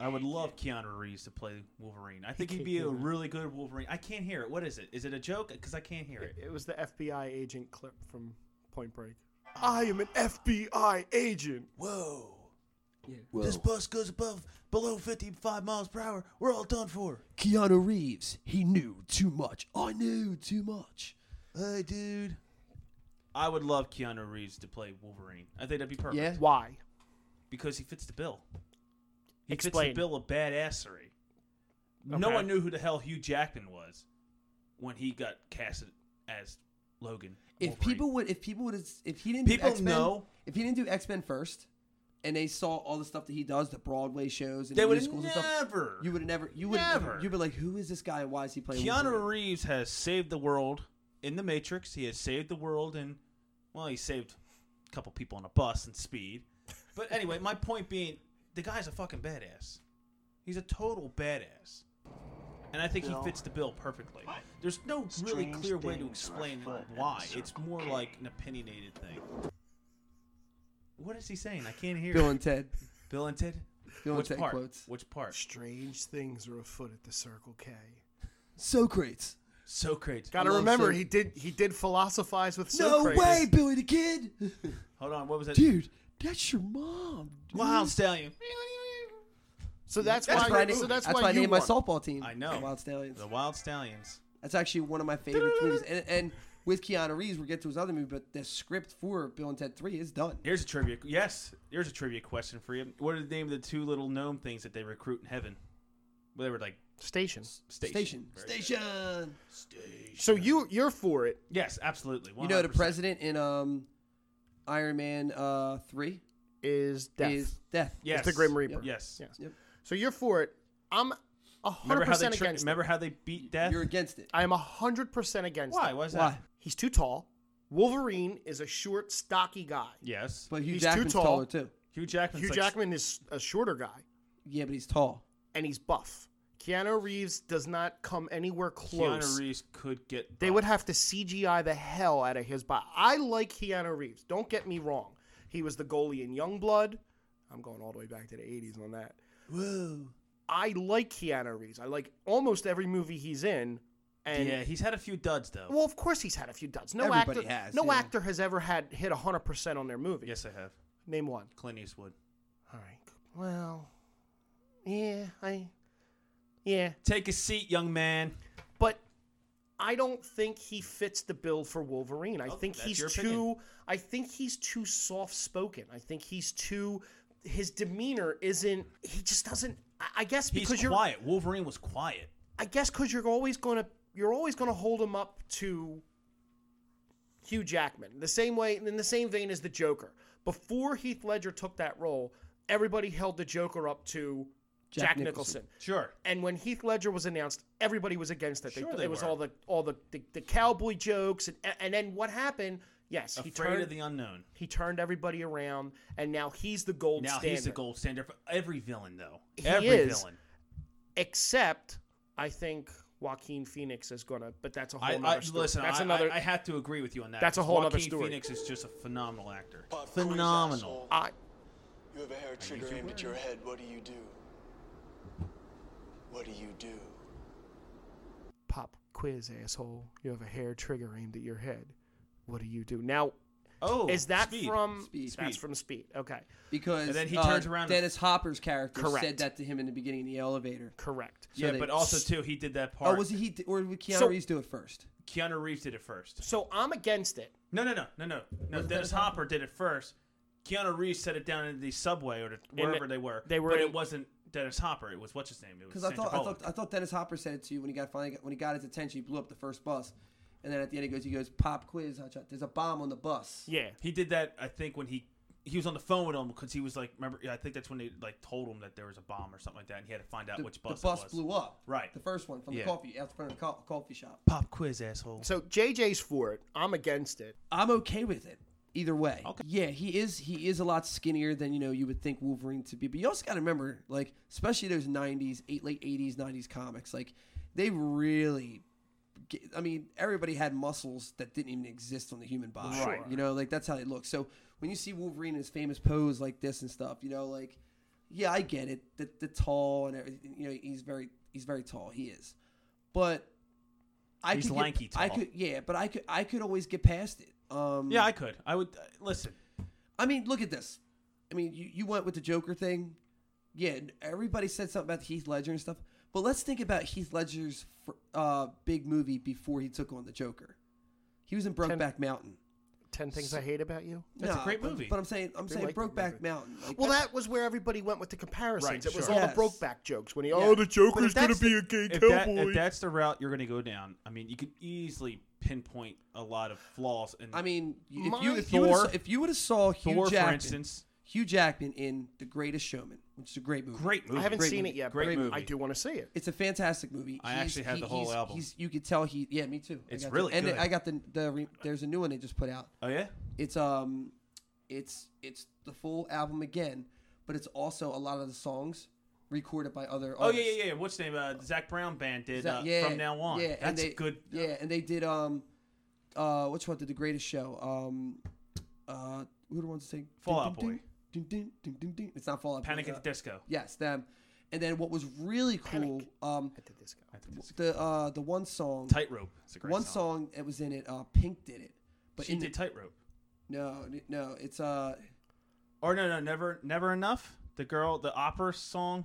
B: I would love
A: E
B: Keanu Reeves to play Wolverine. I think he'd be a really good Wolverine. I can't hear it. What is it? Is it a joke? Because I can't hear it.
C: It was the FBI agent clip from Point Break. I am an FBI agent.
B: Whoa. This bus goes above below 55 miles per hour. We're all done for.
A: Keanu Reeves, he knew too much. I knew too much.
B: Hey, dude. I would love Keanu Reeves to play Wolverine. I think that'd be perfect.
A: Yeah.
C: Why?
B: Because he fits the bill. He
C: Explain.
B: fits the bill of badassery. No
C: Okay.
B: one knew who the hell Hugh Jackman was when he got casted as Logan.
A: If
B: Wolverine.
A: people would, if people would, if he didn't,
B: People
A: do X-Men,
B: know.
A: if he didn't do X Men first, and they saw all the stuff that he does, the Broadway shows and
B: they would
A: musicals and stuff,
B: never.
A: you would have never, you would,
B: Never.
A: you'd be like, who is this guy? and Why is he playing? Wolverine?
B: Keanu Reeves has saved the world in The Matrix. He has saved the world in, well, he saved a couple people on a bus and speed. But anyway, my point being, the guy's a fucking badass. He's a total badass. And I think he fits the bill perfectly. There's no really clear way to explain why. It's more like an opinionated thing. What is he saying? I can't hear.
A: Bill and Ted.
B: Bill and Ted?
A: Bill and
B: Which
A: Ted
B: part?
A: quotes.
B: Which part?
C: Strange things are afoot at the Circle K.
A: Socrates.
B: So crazy.
C: Gotta
A: Love
C: remember,
A: Sid.
C: he did he did philosophize with
A: No
C: Socrates.
A: way, Billy the Kid.
B: Hold on, what was that?
A: Dude, that's your mom. dude.
B: Wild Stallion.
C: So that's,
A: That's
C: why.
A: why I,
C: so that's, why,
A: why I
C: you
A: named my
C: won.
A: softball team.
B: I know.
A: the Wild Stallions.
B: The Wild Stallions.
A: That's actually one of my favorite movies. And, and with Keanu Reeves, we'll get to his other movie, but the script for Bill and Ted 3 is done.
B: Here's a trivia. Yes, here's a trivia question for you. What are the name of the two little gnome things that they recruit in heaven? Well, they were like
C: Station.
B: station.
A: Station.
B: Very good.
A: Station.
C: So you you're for it.
B: Yes, absolutely.
A: You know, the
B: 100%.
A: president in um, Iron Man uh, 3
C: Is death.
A: is death.
B: Yes.
C: It's the Grim Reaper.
B: Yes.
C: Yes.
A: Yep.
C: So you're for it. I'm hundred
B: Remember how they
C: percent
B: tricked,
C: against.
B: remember how they beat death?
A: You're against it.
C: I am hundred percent against.
B: Why
C: it.
B: was
A: Why?
B: that?
C: He's too tall. Wolverine is a short, stocky guy.
B: Yes.
A: But Hugh
C: He's too
A: Jackman's
C: tall.
A: taller too.
B: Hugh Jackman's
C: Hugh
B: like,
C: Jackman is a shorter guy,
A: Yeah, but he's tall.
C: and he's buff. Keanu Reeves does not come anywhere close.
B: Keanu Reeves could get.
C: They would have to CGI the hell out of his body. I like Keanu Reeves. Don't get me wrong. He was the goalie in Youngblood. I'm going all the way back to the 80s on that.
A: Whoa.
C: I like Keanu Reeves. I like almost every movie he's in. And
B: Yeah, he's had a few duds though.
C: well, of course he's had a few duds. No
A: Everybody
C: actor
A: has,
C: no
A: yeah.
C: actor has ever had hit 100% on their movie.
B: yes, I have.
C: Name one.
B: Clint Eastwood.
C: All right. Well, yeah, I yeah,
B: Take a seat, young man.
C: but I don't think he fits the bill for Wolverine. I think
B: Oh, that's
C: he's
B: your
C: too.
B: opinion.
C: I think he's too soft spoken. I think he's too. His demeanor isn't. He just doesn't. I- I guess
B: He's
C: because you're.
B: quiet. Wolverine was quiet.
C: I guess because you're always gonna. You're always gonna hold him up to. Hugh Jackman, the same way, in the same vein as the Joker. Before Heath Ledger took that role, everybody held the Joker up to Jack,
A: Jack Nicholson.
C: Nicholson.
B: Sure.
C: And when Heath Ledger was announced, everybody was against it. They,
B: Sure they
C: it was
B: were.
C: all the all the, the, the cowboy jokes, and and then what happened? Yes, he
B: Afraid
C: turned
B: of the unknown.
C: he turned everybody around, and now he's the gold
B: Now
C: standard.
B: he's the gold standard for every villain, though.
C: He
B: every
C: is.
B: villain.
C: Except, I think Joaquin Phoenix is gonna. But that's a
B: I,
C: whole
B: I
C: other story.
B: listen.
C: that's
B: I,
C: another.
B: I, I have to agree with you on that.
C: That's a whole
B: Joaquin
C: other story.
B: Phoenix is just a phenomenal actor.
E: Pop quiz,
B: Phenomenal.
E: asshole.
C: I-
E: You have a hair trigger aimed at your head. What do you do? What do you do?
C: pop quiz asshole. You have a hair trigger aimed at your head. What do you do now?
B: Oh,
C: Is that
B: Speed.
C: from
A: Speed.
C: That's
B: Speed.
C: from Speed. Okay,
A: Because
B: And then he
A: uh,
B: turns around and-
A: Dennis Hopper's character
C: Correct.
A: said that to him in the beginning in the elevator.
C: correct.
B: Yeah,
A: they-
B: but also too, he did that part.
A: Oh, was it he or did Keanu
C: So-
A: Reeves do it first?
B: Keanu Reeves did it first.
C: So I'm against it.
B: No, no, no, no, no. No, Dennis Hopper did it first. Keanu Reeves set it down in the subway or the, wherever they were.
C: they were
B: but
C: in-
B: it wasn't Dennis Hopper. It was what's his name? It was
A: Because I
B: Sandra
A: thought, I
B: Bullock.
A: thought I thought Dennis Hopper said it to you when he got finally got, when he got his attention. He blew up the first bus, and then at the end he goes, he goes, "Pop quiz, hotshot. There's a bomb on the bus."
C: Yeah.
B: He did that, I think, when he he was on the phone with him because he was like, remember? I think that's when they like told him that there was a bomb or something like that, and he had to find out
A: The,
B: which bus.
A: the bus
B: it was.
A: blew up.
B: Right.
A: The first one from
B: Yeah.
A: the coffee out front of the co- coffee shop.
B: Pop quiz, asshole.
C: So JJ's for it. I'm against it.
A: I'm okay with it either way.
B: Okay.
A: Yeah, he is he is a lot skinnier than you know you would think Wolverine to be. But you also got to remember, like especially those '90s, eight, late '80s, '90s comics, like they really. Get, I mean, everybody had muscles that didn't even exist on the human body.
B: Sure.
A: You know, like that's how they look. So when you see Wolverine in his famous pose like this and stuff, you know, like yeah, I get it. The, the tall and everything. You know, he's very he's very tall. He is, but. I
B: He's
A: could
B: lanky
A: get, I
B: tall.
A: could, yeah, but I could, I could always get past it. Um,
B: Yeah, I could. I would uh, listen.
A: I mean, look at this. I mean, you, you went with the Joker thing. Yeah, and everybody said something about Heath Ledger and stuff. But let's think about Heath Ledger's fir- uh, big movie before he took on the Joker. He was in Brokeback Mountain.
C: Ten things I hate about you.
B: That's a great
A: but-
B: movie.
A: But I'm saying, I'm saying
C: like that
A: Brokeback
C: movie.
A: Mountain. like,
C: Well, that was where everybody went with the comparisons.
B: Right,
C: it was
B: sure.
C: all
A: Yes.
C: the Brokeback jokes when he,
A: Yeah.
C: oh, the
A: But
C: Joker's
A: if
C: gonna
A: that's the-
C: be a gay
B: If, that,
C: cowboy.
B: if that's the route you're going to go down, I mean, you could easily pinpoint a lot of flaws. And
A: I mean, you-
C: My
A: if you if you would've
B: Thor-
A: saw- if you would have saw Hugh
B: Thor,
A: Jackman,
B: for instance,
A: Hugh Jackman in The Greatest Showman, which is a great movie.
B: great movie.
C: I haven't
A: Great
C: seen
A: movie.
C: it yet.
B: Great
C: but
B: movie.
C: I do want to see it.
A: It's a fantastic movie.
B: I actually have the whole
A: he's-
B: album.
A: He's, you could tell he, yeah, me too. I
B: It's
A: got
B: really
A: the, and
B: good.
A: I got the the re, there's a new one they just put out.
B: Oh yeah,
A: It's um, it's it's the full album again, but it's also a lot of the songs recorded by other.
B: oh yeah,
A: artists.
B: yeah, yeah. What's the name? Uh, Zach Brown Band did
A: That-
B: uh, from now on.
A: Yeah, and
B: that's
A: they-
B: good.
A: Yeah, and they did um, uh, which one did the greatest show? Um, uh, who the ones that sing?
B: Fall Out
A: Dun, dun,
B: Boy.
A: dun, dun, dun, dun, dun. It's not Fall Out.
B: Panic
A: Boy. uh,
B: at the Disco.
A: Yes, them. And then what was really cool, um,
C: At the disco.
A: the uh, the one song,
B: Tightrope. It's a great
A: one
B: song.
A: song that was in it. Uh, Pink did it, but
B: she
A: in
B: did
A: the,
B: Tightrope.
A: no, n- no, it's uh,
B: Or no, no, never, never enough. The girl, the opera song.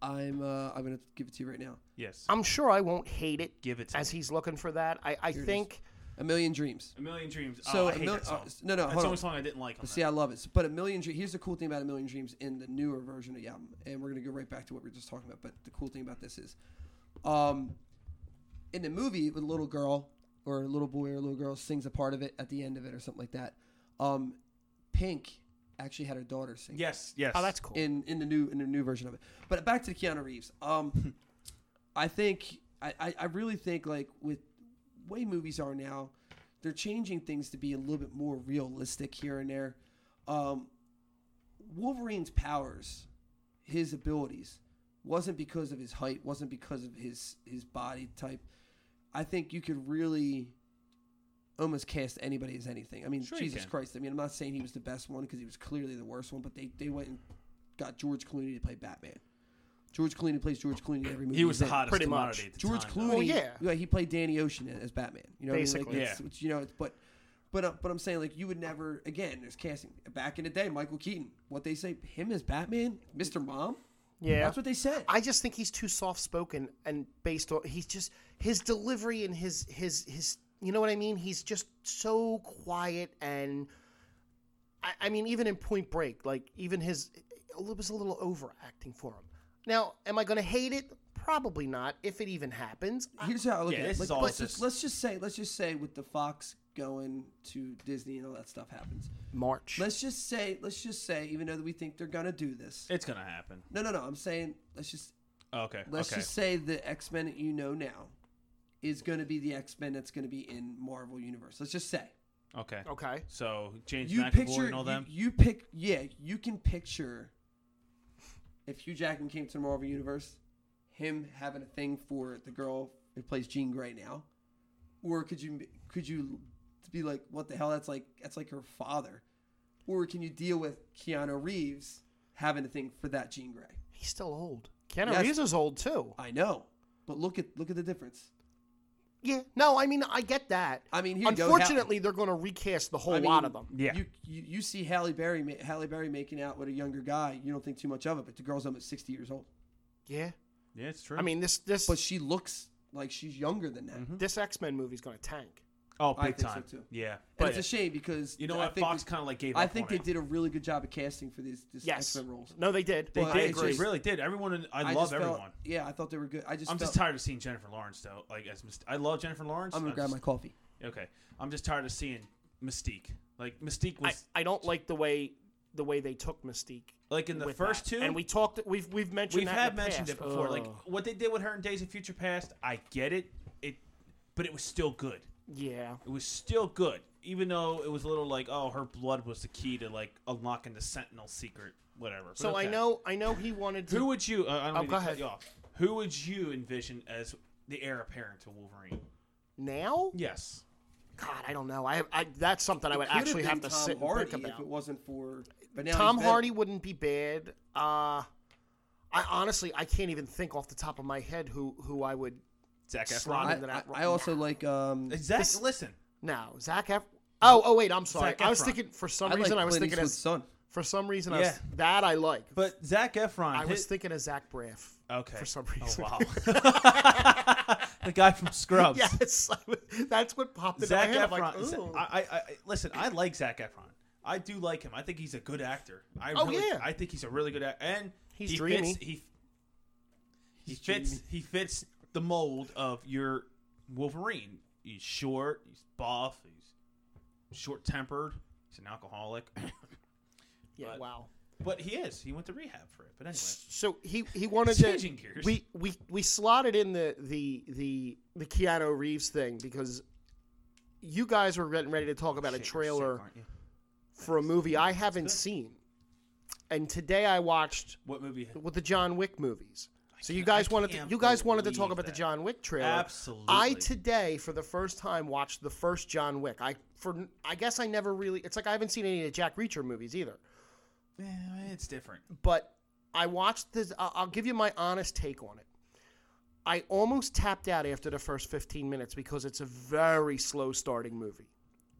A: I'm uh, I'm gonna give it to you right now.
B: Yes.
C: I'm sure I won't hate it.
B: Give it to
C: as
B: me.
C: he's looking for that. I, I
A: it is.
C: think
A: A Million Dreams.
B: a million dreams.
A: So,
B: oh, I
A: A
B: hate
A: Mil-
B: that song.
A: uh, s- no, no,
B: That's
A: hold on.
B: the only song I didn't like. On
A: See,
B: that.
A: I love it. But a million. Dre- Here's the cool thing about a million dreams in the newer version of the album, and we're gonna go right back to what we were just talking about. But the cool thing about this is, um, in the movie, with a little girl or a little boy or a little girl sings a part of it at the end of it or something like that. Um, Pink actually had her daughter sing.
B: yes, yes.
C: oh that's cool.
A: in in the new in the new version of it. But back to Keanu Reeves. Um, I think I, I, I really think like with way movies are now, they're changing things to be a little bit more realistic here and there. Um, Wolverine's powers, his abilities, wasn't because of his height, wasn't because of his his body type. I think you could really almost cast anybody as anything. I mean,
B: Sure you
A: Jesus
B: can.
A: Christ. I mean, I'm not saying he was the best one because he was clearly the worst one, but they, they went and got George Clooney to play Batman. George Clooney plays George Clooney in every movie.
B: He was
A: he's
B: the
A: in.
B: hottest
C: Pretty
B: commodity
C: much.
B: at the
A: George
B: time,
A: Clooney.
B: though.
C: Well, Oh, yeah.
A: he played Danny Ocean as Batman. You know, what I mean? Like,
C: Basically.
A: it's-
B: Yeah.
A: it's- you know, it's- but but uh, but I'm saying like you would never again. There's casting back in the day. Michael Keaton. What they say him as Batman, Mr. Mom.
C: Yeah.
A: that's what they said.
C: I just think he's too soft spoken and based on he's just his delivery and his his his you know what I mean? He's just so quiet and I, I mean even in Point Break, like even his it was a little overacting for him. Now, am I going to hate it? Probably not if it even happens. I-
A: Here's how I look
B: Yeah,
A: at it.
B: this
A: Like,
B: is all
A: let's,
B: just-
A: just, let's just say let's just say with the Fox going to Disney and all that stuff happens.
C: March.
A: Let's just say let's just say even though we think they're gonna do this.
B: It's gonna happen.
A: No, no, no. I'm saying let's just
B: Okay.
A: Let's
B: okay.
A: just say the X Men that you know now is going to be the X Men that's going to be in Marvel Universe. Let's just say
B: okay.
C: Okay.
B: So James
A: Oh. you
B: McAvoy
A: picture
B: and all
A: you-
B: them.
A: You, pick yeah. You can picture if Hugh Jackman came to the Marvel Universe, him having a thing for the girl who plays Jean Grey now, or could you could you be like, what the hell? That's like that's like her father, or can you deal with Keanu Reeves having a thing for that Jean Grey?
C: He's still old. Keanu
A: Yes.
C: Reeves is old too.
A: I know, but look at look at the difference.
C: Yeah. No, I mean I get that.
A: I mean, here you go. Hal-
C: Unfortunately, they're going to recast the whole
A: I mean,
C: lot of them.
B: Yeah.
A: You, you you see Halle Berry ma- Halle Berry making out with a younger guy. You don't think too much of it, but the girl's almost sixty years old.
C: Yeah.
B: yeah, it's true.
C: I mean, this this
A: But she looks like she's younger than that.
B: Mm-hmm.
C: this X Men movie's going to tank.
B: oh,
A: I
B: big
A: think so,
B: time.
A: too.
B: Yeah,
A: But
B: but
A: it's a shame because
B: you know
A: I
B: what?
A: think
B: Fox
A: that-
B: kind of like gave up.
A: I think
B: on
A: they
B: it.
A: did a really good job of casting for these this
C: Yes.
A: X Men roles.
C: No, they did.
B: They
A: Well, I
B: did. They
A: just-
B: really did. Everyone. in- I,
A: just
B: love
A: felt-
B: everyone.
A: yeah, I thought they were good. I just
B: I'm just
A: felt-
B: tired of seeing Jennifer Lawrence though. Like as Myst- I love Jennifer Lawrence.
A: I'm gonna
B: I
A: grab my
B: just-
A: coffee.
B: Okay, I'm just tired of seeing Mystique. Like Mystique
C: I,
B: was
C: I don't like the way the way they took Mystique.
B: like in the
C: with
B: first
C: that.
B: two.
C: and we talked. We've we've mentioned.
B: we've
C: that in
B: had
C: the
B: mentioned
C: past.
B: it before. Like
C: Ugh.
B: what they did with her in Days of Future Past, I get it. It, but it was still good.
C: yeah,
B: It was still good, even though it was a little like, oh, her blood was the key to like unlocking the Sentinel secret, whatever. But
C: so I
B: okay.
C: know I know he wanted to.
B: Who would you? Uh, I don't
C: Oh,
B: mean to
C: go ahead.
B: cut you off. Who would you envision as the heir apparent to Wolverine?
C: now?
B: Yes.
C: God, I don't know. I, I that's something I would
A: Could have
C: actually have
A: been
C: to
A: Tom
C: sit and
A: Hardy
C: think
A: if it
C: about.
A: wasn't for. But now
C: Tom
A: he's better.
C: Hardy wouldn't be bad. Uh, I honestly I can't even think off the top of my head who who I would.
B: Zach Efron.
C: Slot
A: I,
C: into
A: I,
C: that
A: I also like um.
B: Zach, listen.
C: No, Zach. F- oh, oh wait, I'm sorry.
B: Zac
C: I was
B: Efron.
C: thinking for some
A: I like
C: reason I was
A: Clint
C: thinking
A: Eastwood's
C: as
A: son.
C: for some reason I was,
B: Yeah.
C: that I like.
B: But Zach Efron.
C: I was
B: his-
C: thinking of Zach Braff.
B: Okay.
C: For some reason.
B: Oh, wow. the guy from Scrubs.
C: Yes, I was- that's what popped into
B: Zach
C: my head. I'm
B: Efron.
C: like, ooh.
B: I, I, I listen. I like Zach Efron. I do like him. I think he's a good actor. I
C: Oh,
B: really,
C: yeah.
B: I think he's a really good actor, and
C: He's
B: he
C: dreamy.
B: Fits, he he fits he fits the mold of your Wolverine. He's short. He's buff. He's short tempered. He's an alcoholic.
C: yeah,
B: but-
C: wow.
B: but he is. He went to rehab for it. But anyway,
C: So he he wanted to.
B: Changing gears.
C: We, we we slotted in the the the the Keanu Reeves thing because you guys were getting ready to talk about a
B: Shit,
C: trailer
B: aren't you?
C: for a movie I haven't seen, and today I watched
B: What movie?
C: with the John Wick movies. So you
B: can't-
C: guys
B: I
C: wanted to,
B: can't
C: you guys wanted to talk
B: believe
C: about the
B: that.
C: John Wick trailer.
B: Absolutely.
C: I today for the first time watched the first John Wick. I for I guess I never really. It's like I haven't seen any of the Jack Reacher movies either.
B: Eh, it's different.
C: But I watched this. I- I'll give you my honest take on it. I almost tapped out after the first 15 minutes because it's a very slow starting movie.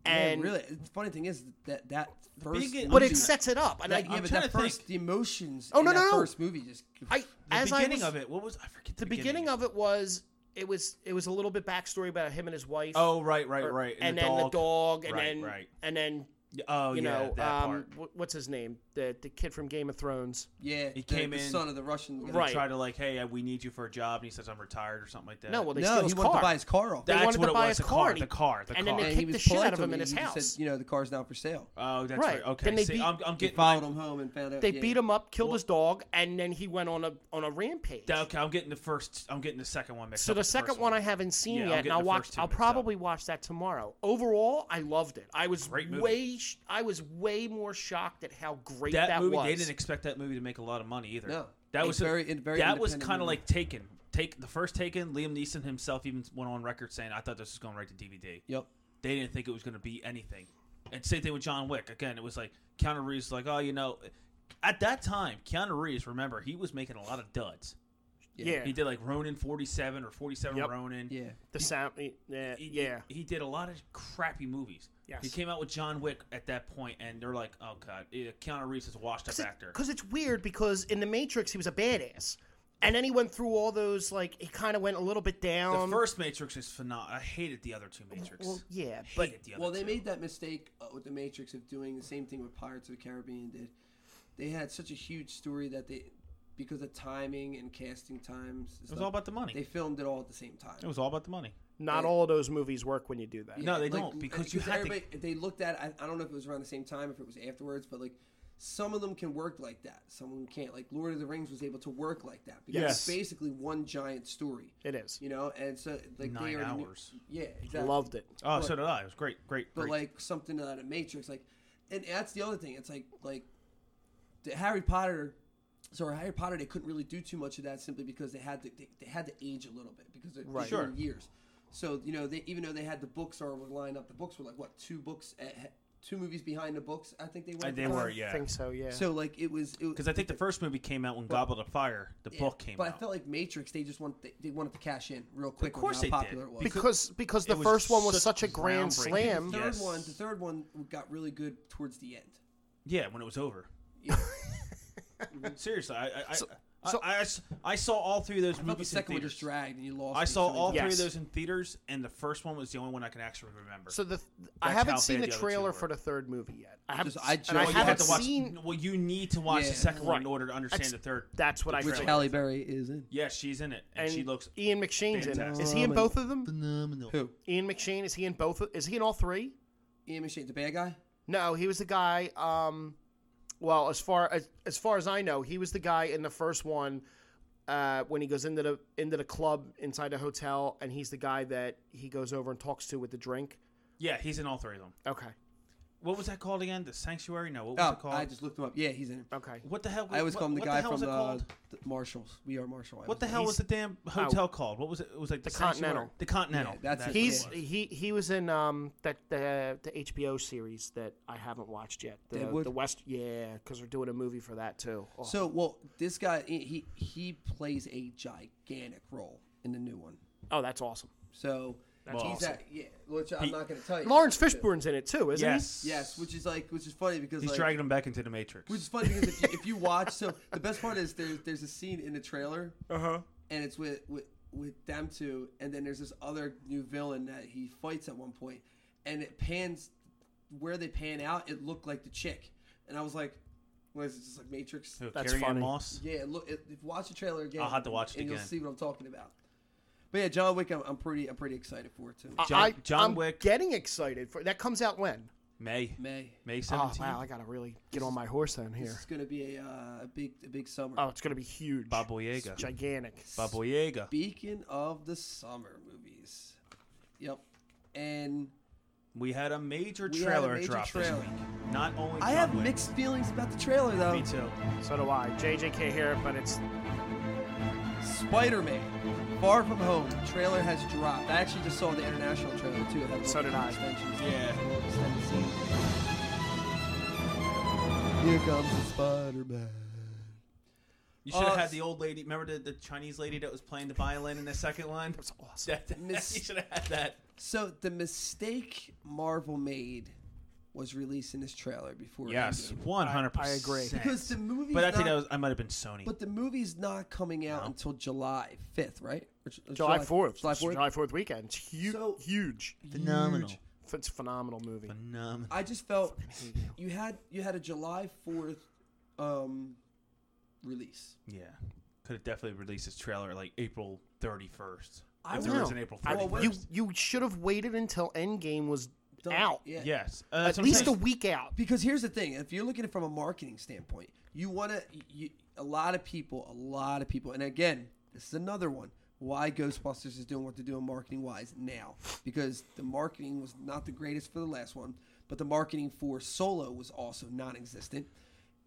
C: And
A: And really, the funny thing is that that first.
B: biggest-
C: but
A: movie-
C: it sets it up and I,
A: That, yeah,
B: I'm
A: but
B: trying
A: that
B: to think.
A: first, the emotions.
C: Oh,
A: in
C: no,
A: that
C: no, no.
A: First movie just.
C: I
B: The
C: as I
B: beginning
C: was,
B: of it. What was I forget? The,
C: the beginning of it was it was it was a little bit backstory about him Er, and his wife.
B: Oh right, right, right.
C: and then the dog, and
B: Right,
C: then
B: right.
C: and then
B: Yeah, Oh
C: You
B: yeah,
C: know,
B: that
C: um,
B: part.
C: wh- what's his name? The the kid from Game of Thrones.
A: Yeah, the-
B: He came
A: the
B: in-
A: son of the Russian guy.
C: Right.
B: Try to like, hey, we need you for a job, and he says I'm retired or something like that.
C: No, well they
A: No,
C: steal
A: he
C: his
A: wanted to
C: car.
A: buy his car off.
C: They
B: That's
C: wanted
B: what
C: to
B: it
C: buy
B: was,
C: his
B: the
C: car,
B: car,
C: and he-
B: the car, the
C: and then
B: car.
C: they
A: and
C: kicked
A: he was
C: the shit
A: polite
C: out of
A: to
C: him in
A: me.
C: his
A: He just
C: house.
A: Said, you know, the car's not for sale.
B: oh, that's
C: Right.
B: right. Okay,
C: Then they
B: see,
C: beat-
B: I'm, I'm
A: They
B: getting
A: followed
B: my-
A: him home and found out.
C: They
A: yeah.
C: beat him up, killed his dog, and then he went on a on a rampage.
B: that- Okay, I'm getting the first. I'm getting the second one mixed
C: so
B: up.
C: the
B: with
C: second
B: first
C: one I haven't seen
B: Yeah, I'm
C: yet, and
B: getting
C: I'll
B: the
C: watch.
B: first two
C: I'll
B: mixed up.
C: probably watch that tomorrow. Overall, I loved it. I was
B: Great movie.
C: way. sh- I was way more shocked at how great
B: that,
C: that,
B: movie
C: was.
B: they didn't expect that movie to make a lot of money either.
A: No.
B: that
A: A
B: was
A: very- in- very
B: that was
A: independent
B: kind of
A: movie.
B: like Taken. Take the first Taken. Liam Neeson himself even went on record saying, "I thought this was going right to DVD."
A: Yep.
B: They didn't think it was going to be anything. And same thing with John Wick. Again, it was like Keanu Reeves, like, oh, you know, at that time, Keanu Reeves, remember, he was making a lot of duds.
C: Yeah,
B: He did like Ronin 47 or 47
C: Yep.
B: Ronin.
A: Yeah.
C: the sound. Yeah,
B: He-
C: yeah.
B: He, did a lot of crappy movies.
C: Yes.
B: He came out with John Wick at that point, and they're like, oh, God, eh, Keanu Reeves is a washed up actor.
C: Because it's weird because in the Matrix he was a badass, and then he went through all those like he kind of went a little bit
B: The
A: um,
C: down.
B: first Matrix is phenomenal. I hated the other two Matrix.
C: well, yeah, but
B: hated the other
A: Well, they
B: two.
A: made that mistake uh, with the Matrix of doing the same thing with Pirates of the Caribbean did. They had such a huge story that they, because of timing and casting times, and
B: It was
A: stuff,
B: all about the money.
A: They filmed it all at the same time.
B: it was all about the money.
C: not all of those movies work when you do that.
B: No, they don't, because you had to-
A: everybody- They looked at. I, I don't know if it was around the same time, if it was afterwards, but like some of them can work like that. Some of them can't. Like Lord of the Rings was able to work like that because
C: Yes.
A: it's basically one giant story.
C: It is.
A: You know, and so like
B: Nine
A: they already knew-
B: hours.
A: yeah,
C: I
A: exactly.
C: Loved it.
B: Oh, so did I. It was great, great,
A: but
B: great.
A: like something out of Matrix, like, and that's the other thing. It's like like the Harry Potter. So our Harry Potter, they couldn't really do too much of that simply because they had to they, they had to age a little bit because they're
C: Right.
A: they're in years. So you know, they even though they had the books or were lined up, the books were like what two books, at, two movies behind the books. I think they were.
B: Uh,
A: at the
B: they
A: time.
B: were,
C: I
B: yeah.
C: think so. Yeah.
A: So like it was because
B: Because I think the first movie came out when Goblet of Fire, the book, came
A: But
B: out.
A: I felt like Matrix, they just want they, they wanted to cash in real quick.
B: course
A: on
B: they
A: how
B: did.
A: popular it was.
C: because because the
B: was
C: first one was
B: such
C: such a grand
B: groundbreaking.
C: slam.
A: the third
B: Yes.
A: one, the third one got really good towards the end.
B: yeah, when it was over. Seriously, I, I, I,
C: so-
B: I, I s- I saw all three of those
A: I thought the
B: movies in
A: second one just
B: theaters.
A: dragged and you lost.
B: I
A: me
B: saw
A: so many
B: all
A: times.
B: three
C: Yes.
B: of those in theaters, and the first one was the only one I can actually remember.
C: So the I
B: That's how
C: haven't seen
B: bad
C: the
B: the other two
C: trailer
B: were.
C: for the third movie yet. I haven't.
A: Just- I
C: and
A: just-
C: I
A: Well,
B: you
A: had
C: haven't
B: to watch.
C: seen.
B: Well, you need to watch
A: Yeah.
B: the second one in
C: Right.
B: order to understand
C: That's-
B: the third.
C: That's what I
A: Which
C: feel.
A: Halle Berry is in.
B: Yeah, she's in it, and,
C: And
B: she looks
C: Ian McShane's in.
B: fantastic.
C: it. Is he in both of them?
B: phenomenal.
A: Who?
C: Ian McShane is he in both? Of, is he in all three?
A: Ian McShane, the bad guy?
C: No, he was the guy. Um, well, as far as as far as I know, he was the guy in the first one uh, when he goes into the into the club inside the hotel, and he's the guy that he goes over and talks to with the drink.
B: Yeah, he's in all three of them.
C: Okay,
B: What was that called again? The Sanctuary? No, what was
A: Oh,
B: it called?
A: I just looked him up. Yeah, he's in it.
C: okay.
B: What the hell?
A: I always
B: what,
A: call him the
B: what
A: guy from
B: hell was it
A: the,
B: called?
A: the Marshals. We are Marshall. I
B: What the
A: always
B: hell was
C: He's-
B: the damn hotel called? What was it? It was like the,
C: The
B: Sanctuary.
C: Continental.
B: The Continental.
A: Yeah, that's it.
B: what
C: He's
B: was.
C: he he was in um that the the HBO series that I haven't watched yet. The,
A: Deadwood?
C: the West, yeah, because they're doing a movie for that too. Oh.
A: So, well, this guy, he he plays a gigantic role in the new one.
C: oh, that's awesome.
A: So he's
B: awesome.
A: at yeah, which I'm not going to tell you.
C: Lawrence Fishburne's in it too, isn't
B: yes.
A: yes, which is like, which is funny because
B: He's
A: like,
B: dragging him back into the Matrix.
A: Which is funny because if you, if you watch, so the best part is there's there's a scene in the trailer,
B: Uh-huh.
A: and it's with with with them two, and then there's this other new villain that he fights at one point, and it pans where they pan out, it looked like the chick, and I was like, what is it, just like Matrix?
B: Who,
C: That's
B: Carrie Ann
C: funny.
B: Moss.
A: Yeah, look, if, if watch the trailer again.
B: I'll have to watch it
A: and
B: again.
A: You'll see what I'm talking about. But yeah, John Wick, I'm, I'm pretty I'm pretty excited for it too.
C: he?
B: John-
C: I,
B: John
C: I'm
B: Wick.
C: Getting excited for that comes out when?
B: May.
A: May.
B: May
C: Oh
B: 17th.
C: wow, I gotta really get on my horse down here.
A: It's gonna be a, uh, a big a big summer.
C: Oh, it's gonna be huge.
B: Bob Boyega.
C: Gigantic.
B: Bob Boyega.
A: Speaking of the summer movies, yep, and
B: We had a major
A: We had a
B: trailer
A: major
B: drop
A: trailer.
B: this week. Not only
A: I
B: John
A: have
B: Wick,
A: mixed feelings about the trailer though.
B: Me too.
C: So do I. JJK here, but it's
A: Spider-Man: Far From Home trailer has dropped. I actually just saw the international trailer too. It had
C: So
A: little
C: did I.
A: extensions.
B: Yeah.
A: Extended scene. Here comes the Spider-Man.
B: You should have
A: Uh,
B: had the old lady. Remember the, the Chinese lady that was playing the violin in the second line?
C: it's awesome.
B: That, that-
A: Miss-
B: you should have had that.
A: So the mistake Marvel made was releasing this trailer before.
B: Yes,
A: Endgame.
B: 100%.
C: I- I agree.
A: because the movie.
B: But I think that was, I might have been Sony.
A: But the movie's not coming out until July 5th, right? Or ju-
C: July fourth.
A: July 4th.
C: July fourth weekend. It's huge.
A: So-
C: huge.
B: Phenomenal.
C: It's a phenomenal movie.
B: Phenomenal.
A: I just felt you had you had a July Fourth um, release.
B: Yeah. Could have definitely released this trailer like April 31st.
A: I
B: if
A: don't
B: there was
A: know.
B: an April
A: I-
B: 31st.
A: well,
C: You you should have waited until Endgame was
A: Done.
C: out.
A: yeah.
B: yes. Uh,
C: At
B: that's what I'm
C: least a
B: saying.
C: week out.
A: Because here's the thing: if you're looking at it from a marketing standpoint, you want to. You, a lot of people, a lot of people, and again, this is another one. Why Ghostbusters is doing what they're doing marketing wise now? Because the marketing was not the greatest for the last one, but the marketing for Solo was also non-existent,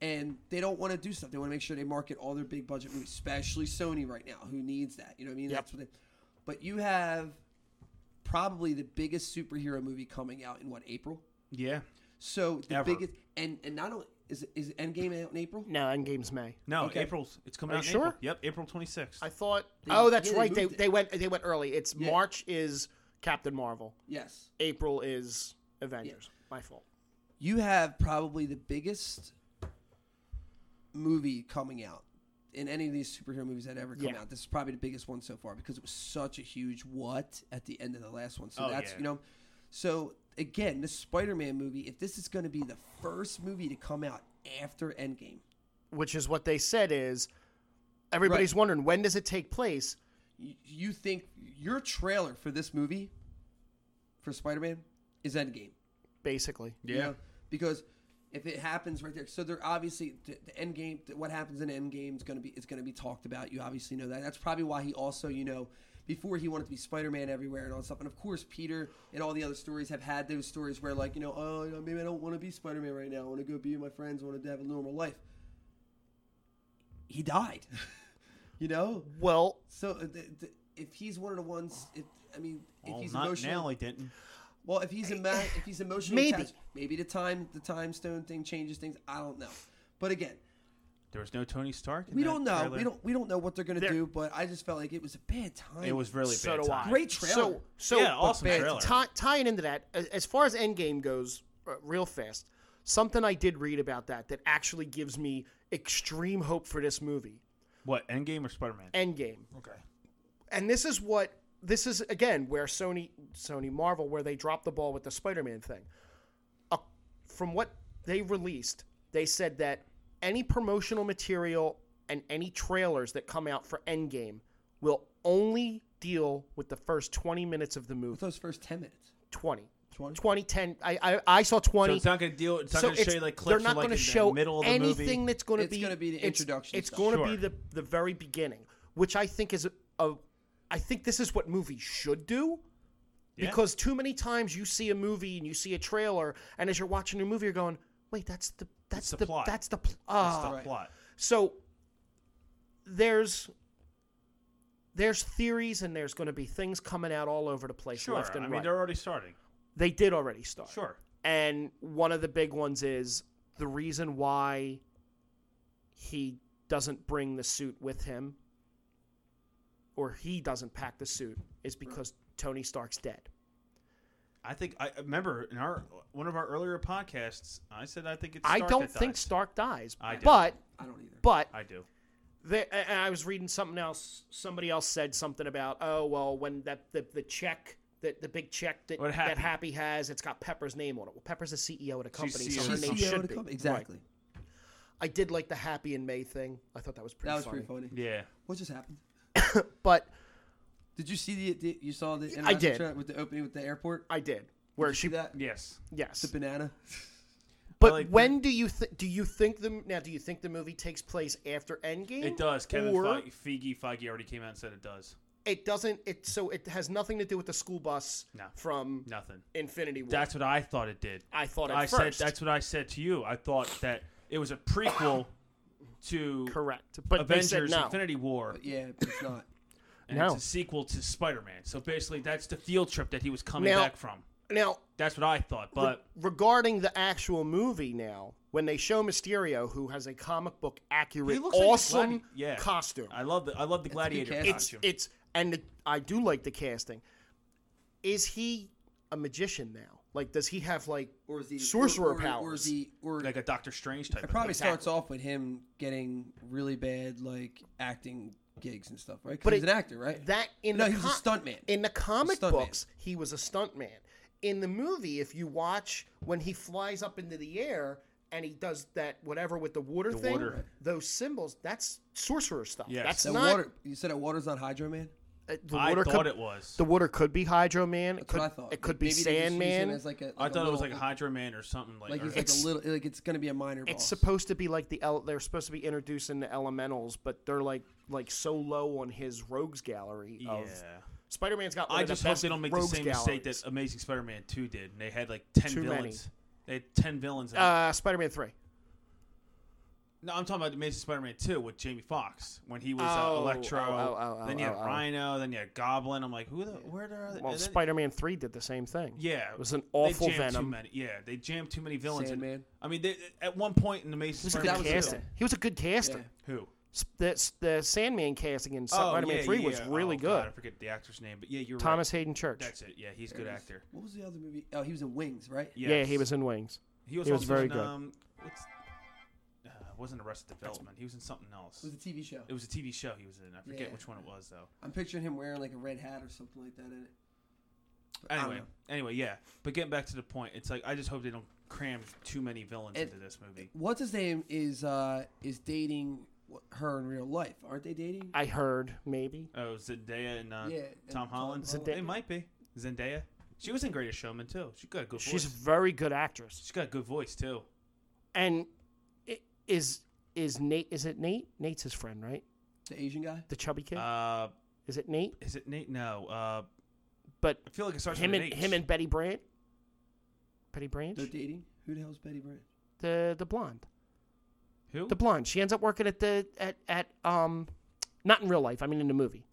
A: and they don't want to do stuff. They want to make sure they market all their big budget movies, especially Sony right now, who needs that. You know what I mean? That's what. They, but you have probably the biggest superhero movie coming out in what April?
B: Yeah.
A: So the
B: Ever.
A: biggest and and not only is is Endgame out in April.
C: No, Endgame's May.
B: No,
A: Okay.
B: April's. It's coming
C: Are
B: out
C: you
B: in
C: sure?
B: April. Yep, April 26th.
C: I thought. oh, that's
A: yeah, they
C: right. They,
A: moved it.
C: they went they went early. It's
A: Yeah.
C: March is Captain Marvel.
A: Yes,
C: April is Avengers. My fault.
A: you have probably the biggest movie coming out in any of these superhero movies that ever come
C: Yeah.
A: out. This is probably the biggest one so far because it was such a huge what at the end of the last one. So
B: Oh,
A: that's
B: yeah.
A: you know, so again, this Spider-Man movie, if this is going to be the first movie to come out after Endgame,
C: Which is what they said is everybody's wondering when does it take place?
A: you, you think your trailer for this movie for Spider-Man is Endgame.
C: Basically,
A: you know? because if it happens right there, so they're obviously the, the end game. th- What happens in end game is going to be it's going to be talked about. You obviously know that. That's probably why he also you know before he wanted to be Spider Man everywhere and all that stuff. And of course, Peter and all the other stories have had those stories where like you know oh you know, maybe I don't want to be Spider Man right now. I want to go be with my friends. I want to have a normal life. He died, you know.
C: Well,
A: So uh, th- th- if he's one of the ones, if, I mean, if
B: well,
A: he's
B: Oh, not
A: emotional,
B: now. I didn't.
A: well, if he's emo- if he's emotionally
C: Maybe.
A: attached, maybe the time the time stone thing changes things. I don't know. But again,
B: There was no Tony Stark. in
A: we
B: that
A: don't know.
B: trailer.
A: We don't we don't know what they're gonna
C: There-
A: do. But I just felt like it was a bad time.
B: It was really
C: so
B: bad.
C: do
B: time.
C: I.
A: Great trailer.
C: So so
B: Yeah, awesome
A: bad
B: trailer.
C: Tie, tying into that, a- as far as Endgame goes, uh, real fast, something I did read about that that actually gives me extreme hope for this movie,
B: What? Endgame or Spider Man?
C: Endgame.
B: Okay.
C: And this is what this is again where Sony, Sony Marvel, where they dropped the ball with the Spider-Man thing. Uh, from what they released, they said that any promotional material and any trailers that come out for Endgame will only deal with the first 20 minutes of the movie.
A: those first ten minutes.
C: 20.
A: 20?
C: 20, 10. I, I, I saw 20.
B: So it's not going to deal. It's not
C: So
B: going to show
C: it's-
B: you like
C: they're
B: clips
C: not
B: from like
C: gonna
B: in
C: show
B: the middle of the
C: anything
B: movie.
C: that's going to
A: It's
C: be.
A: gonna be the
C: it's-
A: introduction
C: It's
A: stuff.
C: going to
B: Sure.
C: be the, the very beginning, which I think is a, a. I think this is what movies should do.
B: Yeah.
C: Because too many times you see a movie and you see a trailer, and as you're watching the movie, you're going, "Wait, that's the that's
B: the
C: the,
B: plot.
C: that's the pl- ah."
B: It's the plot.
C: So there's there's theories and there's going to be things coming out all over the place,
B: Sure.
C: left and
B: I mean,
C: right.
B: they're already starting.
C: They did already start.
B: Sure.
C: And one of the big ones is the reason why he doesn't bring the suit with him or he doesn't pack the suit is because Tony Stark's dead.
B: I think I remember in our one of our earlier podcasts. I said I think it's.
C: I
B: Stark
C: don't
B: that
C: think
B: dies.
C: Stark dies.
B: I do.
C: but
A: I don't either.
C: but
B: I do.
C: there, and I was reading something else somebody else said something about oh well when that the, the check that the big check that,
B: What
C: that
B: happened?
C: Happy has it's got Pepper's name on it. Well Pepper's the CEO of the company
B: CEO E
C: so
B: of
C: her
A: She's
B: the
C: name
B: company.
A: CEO
C: should
A: E of
C: be
A: the company.
C: Right.
A: Exactly.
C: I did like the Happy and May thing. I thought that was pretty
A: That was
C: funny.
A: pretty funny.
B: Yeah.
A: What just happened?
C: But
A: Did you see the, the you saw the
C: I
A: international
C: did.
A: tra- with the opening with the airport?
C: I did. Where
A: Did you
C: she
A: see that
B: Yes.
C: yes.
A: the banana?
C: But
B: like
C: when do you th- do you think the now do you think the movie takes place after Endgame?
B: It does. Kevin
C: or
B: Feige, Feige, Feige already came out and said it does.
C: it doesn't. It so it has nothing to do with the school bus
B: No.
C: from
B: Nothing.
C: Infinity War.
B: That's what I thought it did.
C: I thought at
B: I
C: first.
B: said that's what I said to you. I thought that it was a prequel to
C: correct. But
B: Avengers
C: they said no.
B: Infinity War
A: Yeah, but it's not.
B: and
C: No.
B: it's a sequel to Spider-Man. So basically that's the field trip that he was coming
C: Now-
B: back from.
C: now
B: That's what I thought, but
C: regarding the actual movie now, when they show Mysterio, who has a comic book accurate,
B: looks like the
C: awesome
B: gladi- yeah.
C: costume,
B: I love the I love the gladiator
A: cast.
C: it's
B: costume.
C: it's and the, I do like the casting. Is he a magician now? Like, does he have like
A: Or is the
C: sorcerer
A: or, or, Or
C: powers?
A: the or
B: like a Doctor Strange type.
A: It
B: of
A: probably
B: thing.
A: starts off with him getting really bad like acting gigs and stuff, right? 'Cause
C: But
A: he's
C: it-
A: an actor, right?
C: that in
A: no,
C: the
A: he's a
C: co-
A: stuntman.
C: In the comic
A: Stuntman.
C: books, he was a stuntman. in the movie, if you watch when he flies up into the air and he does that whatever with the water thing,
B: water.
C: those symbols, that's sorcerer stuff.
B: Yes.
C: That's
A: That
C: not
A: water. You said that water's not Hydro Man.
C: uh, the
B: I
C: water
B: thought
C: could,
B: it was.
C: The water could be Hydro Man. It
A: That's
C: could,
A: what I thought.
C: it could be
A: Maybe they just use him
C: Sandman.
A: as like a-
B: I
A: a
B: thought it was like
A: little-
B: Hydra Man or something like.
A: Like
B: or-
A: he's like
C: It's-
A: a little. Like it's gonna be a minor.
C: It's
A: boss.
C: supposed to be like the el- they're supposed to be introducing the elementals, but they're like like so low on his rogues gallery.
B: yeah.
C: Of, Spider-Man's got. One
B: I
C: of the
B: just hope
C: best
B: they don't make the
C: rogues
B: same
C: galleries.
B: mistake that Amazing Spider-Man Two did, and they had like ten
C: Too many.
B: villains. They had ten villains. in it.
C: uh, Spider-Man Three.
B: No, I'm talking about Amazing Spider-Man 2 with Jamie Foxx when he was
C: Oh,
B: uh, Electro.
C: oh, oh, oh,
B: then
C: oh,
B: you had
C: oh.
B: Rhino. Then you had Goblin. I'm like, who the? Where are they?
C: Well,
B: and then-
C: Spider-Man Three did the same thing.
B: yeah,
C: it was an
B: they
C: awful
B: jammed Too
C: Venom.
B: many, yeah, they jammed too many villains. in-
A: Sandman.
B: I mean, they, at one point in Amazing
C: He was a
A: That
C: good
B: Spider-Man,
A: was a
C: casting.
A: film.
C: He was a good casting.
A: Yeah.
B: who?
C: S- The, the Sandman casting in
B: Oh,
C: Spider-Man
B: yeah,
C: Three
B: yeah,
C: was
B: yeah.
C: really
B: Oh,
C: good.
B: God, I forget the actor's name, but yeah, you're
C: Thomas Hayden Church.
B: Right. That's it. Yeah, he's a good actor.
A: What was the other movie? Oh, he was in Wings, right?
B: Yes.
C: Yeah, he was in Wings.
B: He was,
C: he was
B: also
C: very
B: in,
C: good.
B: Um, what's, uh, it wasn't Arrested Development. He was in something else.
A: It was a TV show.
B: It was a TV show he was in. I forget
A: Yeah.
B: which one it was though.
A: I'm picturing him wearing like a red hat or something like that in it. But I don't
B: Anyway,
A: know.
B: anyway, yeah. But getting back to the point, it's like I just hope they don't cram too many villains
A: And-
B: into this movie.
A: what's his name is uh is dating wh- her in real life? Aren't they dating?
C: I heard maybe.
B: Oh, Zendaya and uh,
A: Yeah, and
B: Tom
A: Tom
B: Holland.
A: Holland.
B: They might be Zendaya. She was in Greatest Showman too. She got a good
C: She's a
B: voice.
C: very good actress.
B: She's got a good voice too.
C: And i- is is Nate? Is it Nate? Nate's his friend, right?
A: The Asian guy.
C: The chubby kid.
B: Uh,
C: is it Nate?
B: is it Nate? No. Uh,
C: But
B: I feel like it starts
C: him
B: with
C: and
B: an H.
C: him and Betty Brant. Betty Brant,
A: They're dating. Who the hell's Betty Brant?
C: the the blonde,
B: who?
C: the blonde. She ends up working at the at at um, not in real life. I mean in the movie.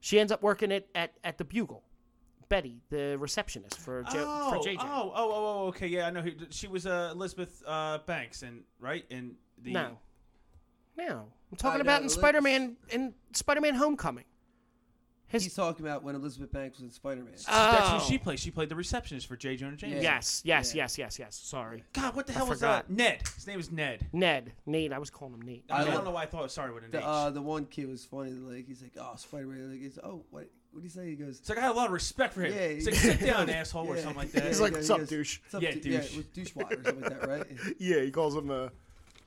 C: She ends up working at at, at the Bugle. Betty, the receptionist for jo-
B: oh,
C: for JJ.
B: oh, oh, oh, oh, okay, yeah, I know. Who, she was uh, Elizabeth uh, Banks, and right, and the
C: No. No. I'm
A: I
C: talking
A: know,
C: about in
A: let's-
C: Spider-Man in Spider-Man Homecoming. His
A: He's talking about when Elizabeth Banks was in Spider Man.
B: that's
C: Oh.
B: who she played. She played the receptionist for J. Jonah Jameson.
A: Yeah.
C: Yes, yes,
A: Yeah.
C: yes, yes, yes. Sorry.
B: God, what the hell was
C: forgot.
B: that? Ned. His name is Ned.
C: Ned, Nate, I was calling him Nate.
B: I,
A: I
B: don't
A: love-
B: know why I thought. Sorry, with an
A: The
B: H.
A: uh, the one kid was funny. Like he's like, oh Spider Man. Like he's oh what what do you say? He goes.
B: It's like I had a lot of respect for him.
A: Yeah,
B: it's like sit down, asshole, or
A: yeah,
B: something like
A: yeah,
B: that.
C: He's
A: he
C: like,
A: goes- he
C: "Sup,
A: goes,
C: douche."
A: "Sup,
B: Yeah,
A: du-
B: douche.
A: Yeah, with douchewad or something like that, right?
C: Yeah, he calls him uh,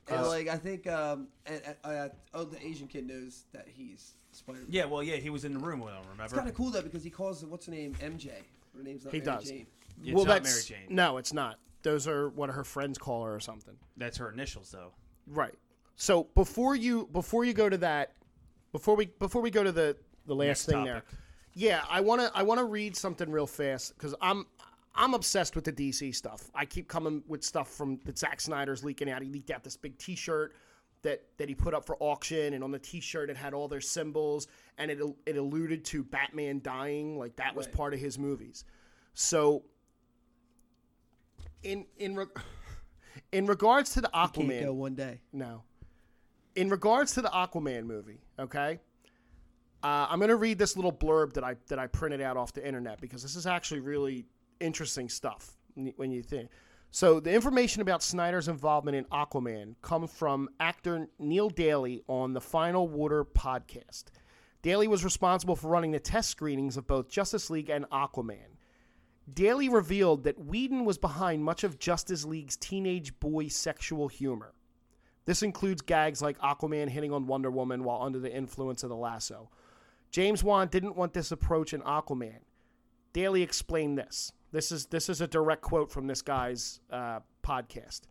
C: a
A: And like I think um and, and, uh, oh the Asian kid knows that he's Spider Man.
B: Yeah, well, yeah, he was in the room with him.
A: It's kind
B: Remember?
A: of cool though because he calls what's her name MJ. Her name's not
C: He
A: Mary
C: does.
A: Jane.
B: Yeah, it's
C: well,
B: not
C: that's
B: Mary Jane.
C: No, it's not. Those are what her friends call her or something.
B: That's her initials, though.
C: Right. So before you before you go to that, before we before we go to the the last
B: Next
C: thing there,
B: topic.
C: yeah, I wanna I wanna read something real fast because I'm I'm obsessed with the DC stuff. I keep coming with stuff from that Zack Snyder's leaking out. He leaked out this big T-shirt that that he put up for auction, and on the T-shirt it had all their symbols, and it it alluded to Batman dying, like that was
A: Right.
C: part of his movies. So in in re- in regards to the
A: Can't
C: Aquaman,
A: go one day.
C: no. In regards to the Aquaman movie, okay, uh, I'm going to read this little blurb that I that I printed out off the internet because this is actually really interesting stuff when you- when you think. So the information about Snyder's involvement in Aquaman comes from actor Neil Daly on the Final Water podcast. Daly was responsible for running the test screenings of both Justice League and Aquaman. Daly revealed that Whedon was behind much of Justice League's teenage boy sexual humor. This includes gags like Aquaman hitting on Wonder Woman while under the influence of the lasso. James Wan didn't want this approach in Aquaman. Daly explained this. This is this is a direct quote from this guy's uh, podcast.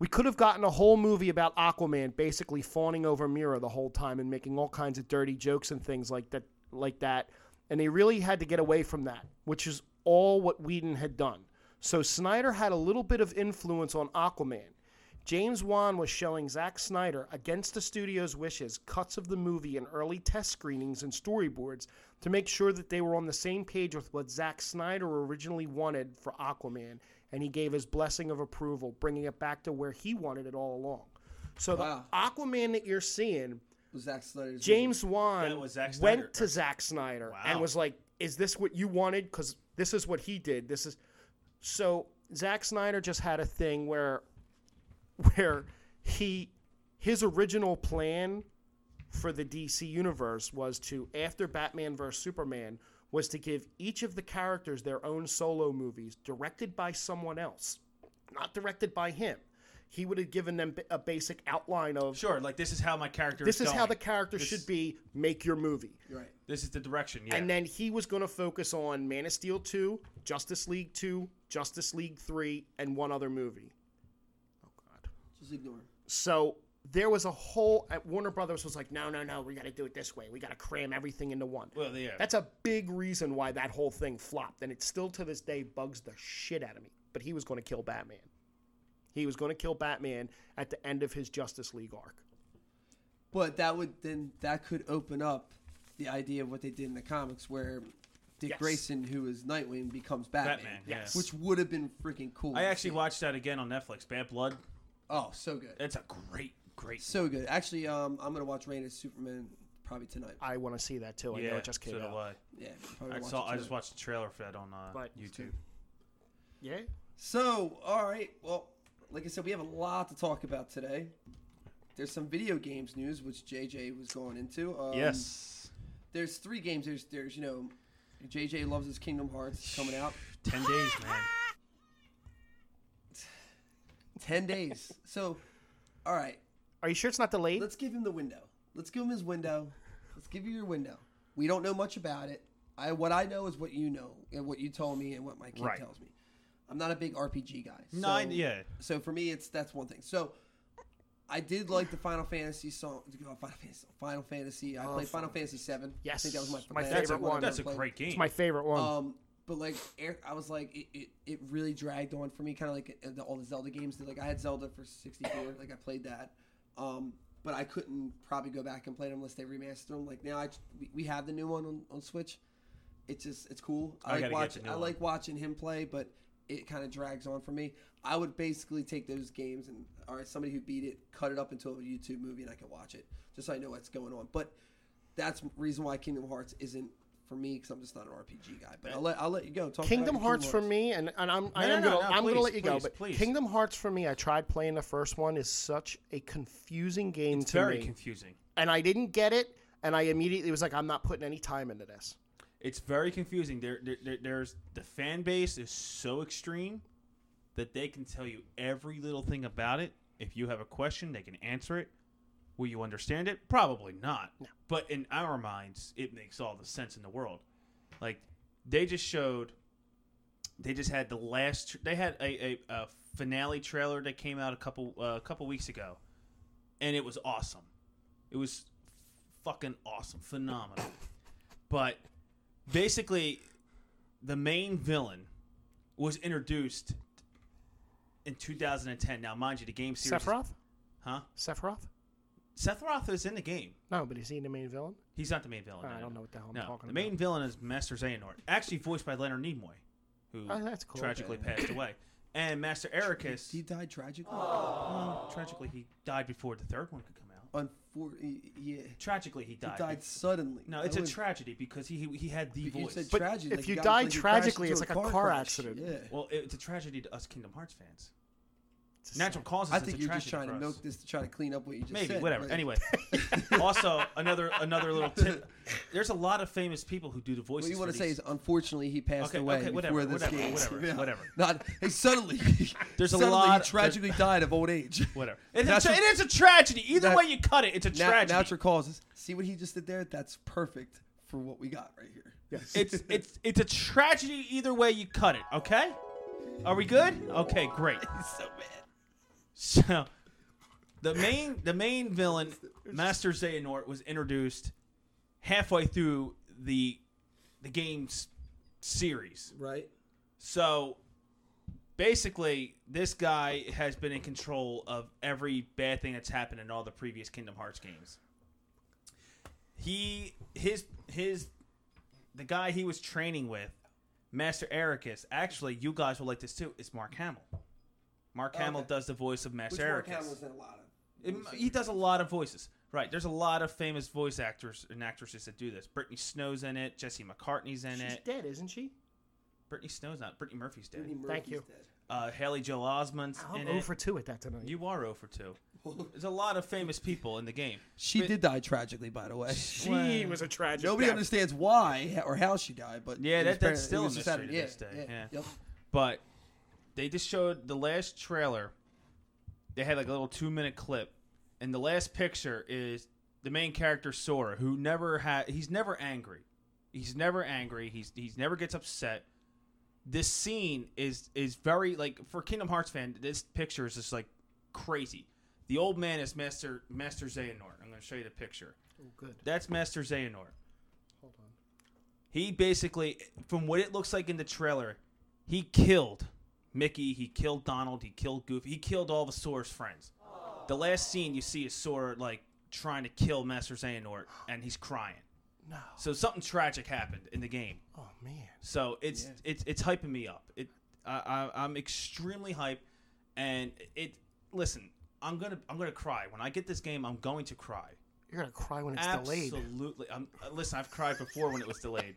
C: We could have gotten a whole movie about Aquaman basically fawning over Mira the whole time and making all kinds of dirty jokes and things like that like that. And they really had to get away from that, which is all what Whedon had done. So Snyder had a little bit of influence on Aquaman. James Wan was showing Zack Snyder, against the studio's wishes, cuts of the movie and early test screenings and storyboards to make sure that they were on the same page with what Zack Snyder originally wanted for Aquaman, and he gave his blessing of approval, bringing it back to where he wanted it all along. So
A: Wow.
C: the Aquaman that you're seeing,
A: Was Zack Snyder's
C: James Wan
B: That was Zack Snyder.
C: went to Zack Snyder
B: Wow.
C: and was like, "Is this what you wanted? Because this is what he did. This is." So Zack Snyder just had a thing where, where he, his original plan for the DC universe was to after Batman vs Superman was to give each of the characters their own solo movies directed by someone else, not directed by him. He would have given them b- a basic outline of
B: Sure, like this is how my character.
C: this is how
B: going.
C: the character
B: This-
C: should be, make your movie.
A: Right.
B: This is the direction. Yeah.
C: And then he was going to focus on Man of Steel 2, Justice League 2, Justice League 3, and one other movie. Oh, God.
A: Just ignore him.
C: So there was a whole. At Warner Brothers was like, no, no, no, we got to do it this way. We got to cram everything into one.
B: well, yeah.
C: That's a big reason why that whole thing flopped. And it still to this day bugs the shit out of me. But he was going to kill Batman. He was going to kill Batman at the end of his Justice League arc.
A: But that would then that could open up the idea of what they did in the comics, where Dick
C: Yes.
A: Grayson, who is Nightwing, becomes Batman.
B: Batman, yes.
A: Which would have been freaking cool.
B: I
A: to
B: actually
A: see.
B: watched that again on Netflix. Bad Blood.
A: Oh, so good.
B: That's a great, great.
A: So good. Actually, um, I'm gonna watch Reign as Superman probably tonight.
C: I want to see that too. I know
B: yeah,
C: it just came
B: so do
C: out.
B: I.
A: Yeah, probably
B: I
A: watch
B: saw.
A: it
B: I just
A: tonight.
B: watched the trailer for that on uh,
C: But-
B: YouTube.
C: Yeah.
A: So, all right. Well, like I said, we have a lot to talk about today. There's some video games news, which JJ was going into. Um,
B: yes.
A: There's three games. There's, there's, you know, JJ loves his Kingdom Hearts coming out.
B: Ten days, man.
A: Ten days. So, all right.
C: Are you sure it's not delayed?
A: Let's give him the window. Let's give him his window. Let's give you your window. We don't know much about it. I what I know is what you know and what you told me and what my kid
B: Right.
A: tells me. I'm not a big RPG guy.
B: No, I-
A: so-
B: yeah.
A: So for me, it's that's one thing. So I did like the Final Fantasy song. Final Fantasy. Final Fantasy. I played Final Fantasy Seven. I think that was my,
C: Oh, Yes, my
A: last
B: That's a,
C: favorite one.
B: that's a
A: I played.
B: great game.
C: It's my favorite one.
B: Oh,
A: Um, but like Air- I was like it, it, it really dragged on for me, kind of like uh, the, all the Zelda games. Like I had Zelda for sixty four, like I played that, um, but I couldn't probably go back and play them unless they remastered them. Like now I j- we, we have the new one on, on Switch. It's just it's cool.
B: I
A: I,
B: gotta
A: like
B: get
A: watching
B: the
A: I
B: new
A: like watching him play, but it kind of drags on for me. I would basically take those games and all right, somebody who beat it, cut it up into a YouTube movie, and I could watch it just so I know what's going on. But that's the reason why Kingdom Hearts isn't for me because I'm just not an RPG guy. But I'll let I'll let you go. Talk
C: Kingdom
A: about your
C: Hearts for me, and, and I'm, I am
B: no,
C: gonna,
B: no,
C: I'm gonna
B: please,
C: let you go.
B: please,
C: But
B: please.
C: Kingdom Hearts for me, I tried playing the first one. is such a confusing game to
B: very
C: me,
B: confusing.
C: and I didn't get it. And I immediately was like, I'm not putting any time into this.
B: It's very confusing. There, there, there, there's the fan base is so extreme that they can tell you every little thing about it. If you have a question, they can answer it. Will you understand it? Probably not. But in our minds, it makes all the sense in the world. Like they just showed, they just had the last. tr- They had a, a, a finale trailer that came out a couple uh, a couple weeks ago, and it was awesome. It was fucking awesome, phenomenal. But basically the main villain was introduced in 2010. Now, mind you, the game series, is-
C: Sephiroth?
B: huh?
C: Sephiroth?
B: Seth Roth is in the game.
C: No, but is he the main villain?
B: He's not the main villain.
C: I
B: Oh, no, no,
C: don't
B: no.
C: know what the hell I'm
B: no,
C: talking
B: the main villain is Master Xehanort, actually voiced by Leonard Nimoy, who
C: Oh, that's cool.
B: tragically passed away, and Master Ericus.
A: He uh, died tragically.
B: Oh. well, tragically, he died before the third one could come out.
A: Unfortunately, yeah, he
B: Tragically, he died.
A: died suddenly.
B: no,
A: I
B: it's a
A: wouldn't-
B: tragedy because he he had the
A: you
B: voice.
A: said
C: But
A: tragedy,
C: if
A: like
C: you
A: got-
C: die
A: like you crashed
C: tragically,
A: into
C: it's like a car
A: crash.
C: accident.
A: Yeah.
B: well, it's a tragedy to us Kingdom Hearts fans.
C: It's a
B: Natural causes.
A: I
B: it's
A: think
B: a
A: you're just
B: tragedy
A: trying
B: for
A: to
B: us.
A: milk this to try to clean up what you just
B: Maybe
A: said.
B: whatever.
A: but-
B: Anyway, also another another little tip. There's a lot of famous people who do the voices.
A: What you
B: want to
A: say is, unfortunately, he passed
B: Okay,
A: away
B: okay, whatever,
A: before this
B: whatever,
A: game.
B: whatever,
A: Yeah.
B: whatever.
A: Not hey, suddenly.
B: There's a
A: suddenly
B: lot-
A: He tragically died of old age.
B: whatever. It's a,
A: That's
B: tra-
A: what-
B: it is a tragedy. Either
A: Nat-
B: way you cut it, it's a
A: Na-
B: tragedy.
A: natural causes. See what he just did there? That's perfect for what we got right here. Yes.
B: It's it's it's a tragedy either way you cut it. Okay, are we good? Okay, great.
A: so bad.
B: So the main the main villain, Master Xehanort, was introduced halfway through the the game's series.
A: Right.
B: So basically, this guy has been in control of every bad thing that's happened in all the previous Kingdom Hearts games. He his his the guy he was training with, Master Ericus. Actually, you guys will like this too. Is Mark Hamill. Mark Hamill
A: Oh, okay.
B: does the voice of Master
A: Which Mark
B: Ericus.
A: Hamill was in a lot of.
B: It- he does a lot of voices. Right. There's a lot of famous voice actors and actresses that do this. Brittany Snow's in it. Jesse McCartney's in
C: She's
B: it.
C: dead, isn't she?
B: Brittany Snow's not. Brittany Murphy's dead.
A: Eddie Murphy's
C: Thank you.
A: dead.
B: Uh, Haley Joel Osment's
C: I'm oh
B: in
C: over
B: it.
C: two at that tonight.
B: You are 0 for 2.
A: people.
B: There's a lot of famous people in the game.
A: She did die tragically, by the way.
C: She was a tragic.
A: Nobody
C: death.
A: understill why or how she died, but
B: Yeah,
A: it was
B: that- that's
A: apparent- it
B: still
A: was
B: a
A: just
B: mystery
A: Saturday.
B: to
A: yeah,
B: this day,
A: Yeah,
B: yeah.
A: Yep.
B: But they just showed the last trailer. They had like a little two minute clip, and the last picture is the main character Sora, who never had. He's never angry. He's never angry. He's he's never gets upset. This scene is is very like for Kingdom Hearts fan. This picture is just like crazy. The old man is Master Master Xehanort. I'm going to show you the picture.
C: Good.
B: That's Master Xehanort.
C: Hold on.
B: He basically, from what it looks like in the trailer, he killed Mickey, he killed Donald, he killed Goofy, he killed all of Sora's friends. The last scene you see is Sora like trying to kill Master Xehanort, and he's crying.
C: No.
B: So something tragic happened in the game.
C: Oh man.
B: So it's it's it's hyping me up. It I, I I'm extremely hyped, and it listen. I'm gonna I'm gonna cry when I get this game. I'm going to cry.
C: You're gonna cry when it's delayed.
B: Absolutely. I'm, uh, listen, I've cried before when it was delayed.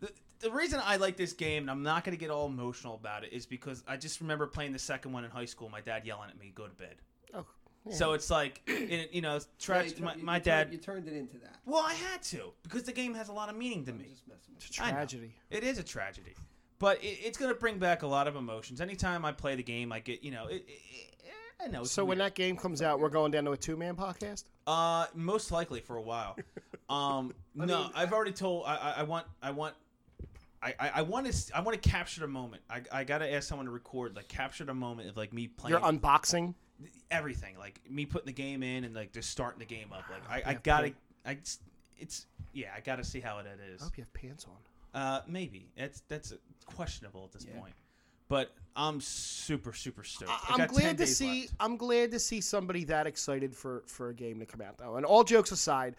B: the, the reason I like this game, and I'm not going to get all emotional about it, is because I just remember playing the second one in high school. My dad yelling at me, "Go to bed."
C: Oh, yeah.
B: So it's like, it, you know, it's
A: Yeah,
B: tra-
A: you tur-
B: my,
A: you-
B: my
A: you tur-
B: dad.
A: you turned it into that.
B: well, I had to because the game has a lot of meaning to me.
A: Just messing with you.
C: it's a
B: I know.
C: tragedy.
B: It is a tragedy, but it, it's going to bring back a lot of emotions. Anytime I play the game, I get, you know, it, it, it, I know. It's
C: So
B: weird.
C: when that game comes out, we're going down to a two-man podcast.
B: Uh, most likely for a while. Um, no,
A: mean,
B: I've already told. I, I, I want. I want. I, I, I want to. I want to capture the moment. I, I gotta ask someone to record, like capture the moment of like me playing
C: You're unboxing.
B: everything, like me putting the game in and like just starting the game up. Like I, I gotta. I it's, it's yeah. I gotta see how that
C: I
B: is.
C: hope you have pants on.
B: Uh, maybe that's that's questionable at this
A: Yeah.
B: point. But I'm super super stoked. I
C: I- I'm
B: got 10
C: glad to
B: days
C: see.
B: left.
C: I'm glad to see somebody that excited for for a game to come out though. And all jokes aside,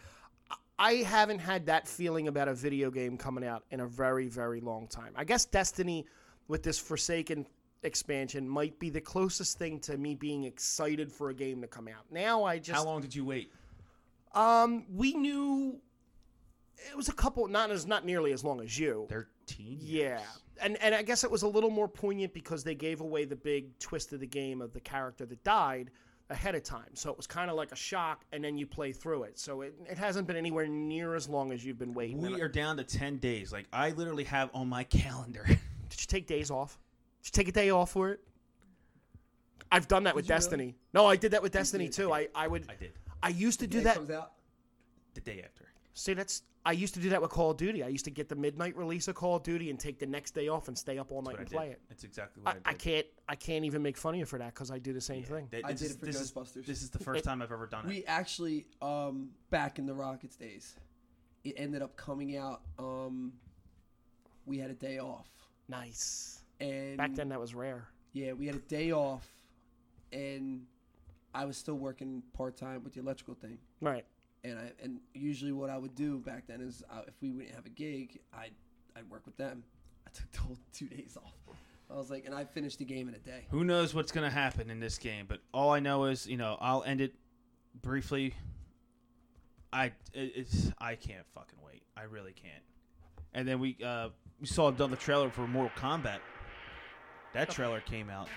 C: I- I haven't had that feeling about a video game coming out in a very very long time. I guess Destiny, with this Forsaken expansion, might be the closest thing to me being excited for a game to come out. Now I just
B: How long did you wait?
C: um we knew it was a couple not as not nearly as long as you.
B: Thirteen.
C: Yeah.
B: years.
C: And and I guess it was a little more poignant because they gave away the big twist of the game of the character that died ahead of time. So it was kind of like a shock and then you play through it. So it, it hasn't been anywhere near as long as you've been waiting.
B: We
C: And-
B: are down to 10 days. Like, I literally have on my calendar.
C: Did you take days off? Did you take a day off for it? I've done that with Destiny. No, I did that with Destiny too. I, I would
B: I did.
C: I used to do
A: It
C: that.
A: comes out.
B: The day after.
C: See, that's I used to do that with Call of Duty. I used to get the midnight release of Call of Duty and take the next day off and stay up all night
B: But I
C: and
B: did.
C: play it.
B: That's exactly
C: I,
B: what I,
C: I
B: did.
C: can't I can't even make fun of you for that because I do the same thing.
B: That-
A: I
B: this
A: did
B: is-
A: it for
B: this is-
A: Ghostbusters.
B: this is the first time I've ever done it.
A: We actually, um, back in the Rockets days, it ended up coming out. Um, we had a day off,
C: Nice.
A: and
C: Back then, that was rare.
A: yeah, we had a day off, and I was still working part time with the electrical thing.
C: Right.
A: and I and usually what I would do back then is uh, if we wouldn't have a gig, I'd I'd work with them. I took the whole two days off. I was like, and I finished the game in a day.
B: Who knows what's going to happen in this game, but all I know is, you know, I'll end it briefly. I it, it's I can't fucking wait. I really can't. And then we uh we saw another trailer for Mortal Kombat. That trailer came out.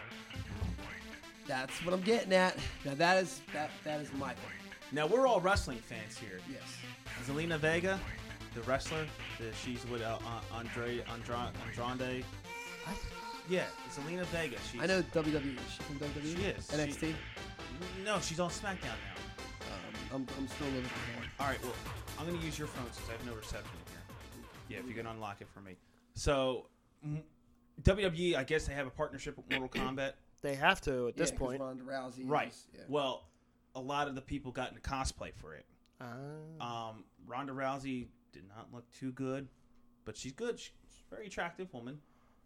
A: That's what I'm getting at. Now that is that that is my thing.
B: Now we're all wrestling fans here.
A: Yes.
B: Zelina Vega, the wrestler, the, she's with uh, Andre Andra, Andrade.
C: What?
B: Yeah, Zelina Vega. She's,
A: I know WWE. She's from WWE.
B: She is.
A: NXT.
B: She- No, she's on SmackDown now.
A: Um, I'm, I'm still living with
B: All right, well, I'm gonna use your phone since I have no reception in here. Yeah, if you can unlock it for me. So, m- WWE, I guess they have a partnership with Mortal Kombat.
C: They have to
A: that.
C: at this
A: Yeah, 'cause
C: point.
A: Ronda Rousey.
B: Right.
A: is- yeah.
B: Well, a lot of the people got into cosplay for it.
C: Ah.
B: Um, Ronda Rousey did not look too good, but she's good. She's a very attractive woman.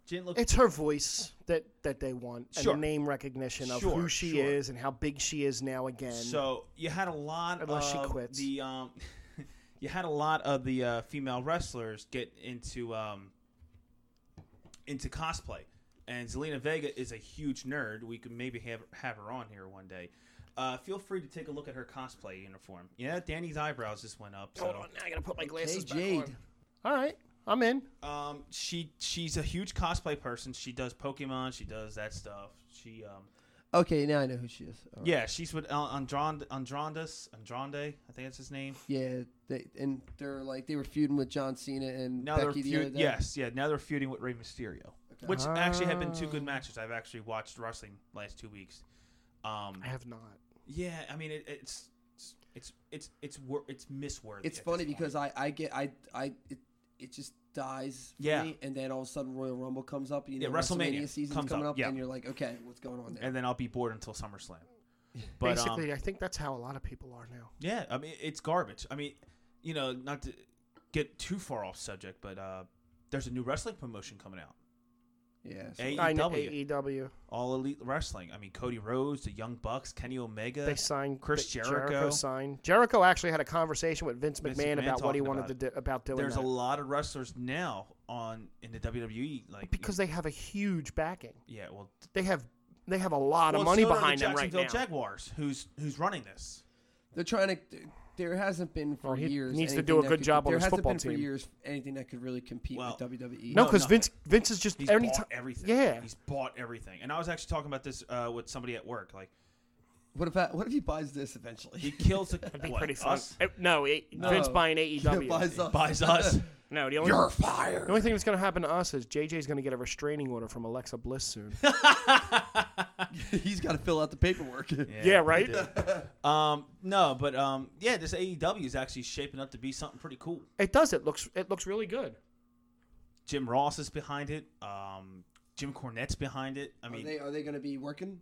B: She didn't look
C: it's her voice that that they want and
B: Sure.
C: the name recognition of
B: Sure,
C: who she
B: sure.
C: is and how big she is now again.
B: So you had a lot
C: Unless she
B: of
C: quits.
B: the um, you had a lot of the uh, female wrestlers get into um, into cosplay, and Zelina Vega is a huge nerd. We could maybe have have her on here one day. Uh, feel free to take a look at her cosplay uniform. Yeah, Danny's eyebrows just went up.
C: Hold
B: So
C: on, now I gotta put my
A: Hey
C: glasses back
A: Jade.
C: on. All right, I'm in.
B: um, she she's a huge cosplay person. She does Pokemon. She does that stuff. She um,
A: Okay, now I know who she is. Oh, All right.
B: Yeah, she's with Al- Andrand- Andrandis, Andrade, I think that's his name.
A: Yeah, they, and they're like they were feuding with John Cena and
B: Now
A: Becky the
B: they're
A: other
B: feud-
A: day.
B: yes, yeah. Now they're feuding with Rey Mysterio, which actually have been two good
C: Ah.
B: matches. I've actually watched wrestling last two weeks. Um,
C: I have not.
B: yeah, I mean it, it's it's it's it's wor- it's misworthy.
A: it's
B: at
A: funny
B: this point.
A: because I I get I I it, it just dies. For
B: Yeah.
A: me, and then all of a sudden Royal Rumble comes up. You know,
B: Yeah, WrestleMania
A: season's
B: comes
A: coming
B: up,
A: up,
B: yeah.
A: and you're like, okay, what's going on there?
B: and then I'll be bored until SummerSlam. But um,
C: Basically, I think that's how a lot of people are now.
B: Yeah, I mean it's garbage. I mean, you know, not to get too far off subject, but uh, there's a new wrestling promotion coming out.
A: yeah, so-
B: AEW,
C: I know E AEW.
B: All Elite Wrestling. I mean, Cody Rhodes, the Young Bucks, Kenny Omega.
C: They signed
B: Chris
C: they-
B: Jericho.
C: signed Jericho. Actually, had a conversation with Vince
B: Vince
C: McMahon
B: McMahon
C: about what he
B: talking
C: wanted
B: about
C: to do, about doing
B: there's a
C: that.
B: lot of wrestlers now on in the WWE. Like
C: because they have a huge backing.
B: yeah, well,
C: They have they have a lot of
B: well,
C: money
B: so do
C: behind
B: the
C: them right
B: Jacksonville
C: now.
B: Jaguars. Who's who's running this?
A: they're trying to. There hasn't been for
C: Well, he
A: years.
C: needs to
A: anything
C: do a
A: that
C: good
A: could-
C: job on
A: there
C: his
A: hasn't
C: football
A: been
C: team.
A: for years anything that could really compete
B: Well,
A: with E. WWE.
C: no,
B: No,
C: because
B: no.
C: Vince Vince is just
B: He's
C: any
B: bought
C: time.
B: everything.
C: Yeah.
B: he's bought everything. And I was actually talking about this uh, with somebody at work. Like
A: what if I, what if he buys this eventually?
B: he kills the
C: That'd be
B: what,
C: pretty fun.
B: us?
C: Eh, No, it-
A: No.
C: Vince buying E
A: Yeah,
C: AEW.
A: buys us.
B: buys us.
C: no, the only
A: fired.
C: the only thing that's gonna happen to us is JJ's gonna get a restraining order from Alexa Bliss soon.
A: He's got to fill out the paperwork.
C: Yeah,
B: he
C: right?
B: did. um, no, but um, yeah, this AEW is actually shaping up to be something pretty cool.
C: it does. It looks it looks really good.
B: Jim Ross is behind it. Um, Jim Cornette's behind it. I
A: Are
B: mean,
A: they are they going to be working?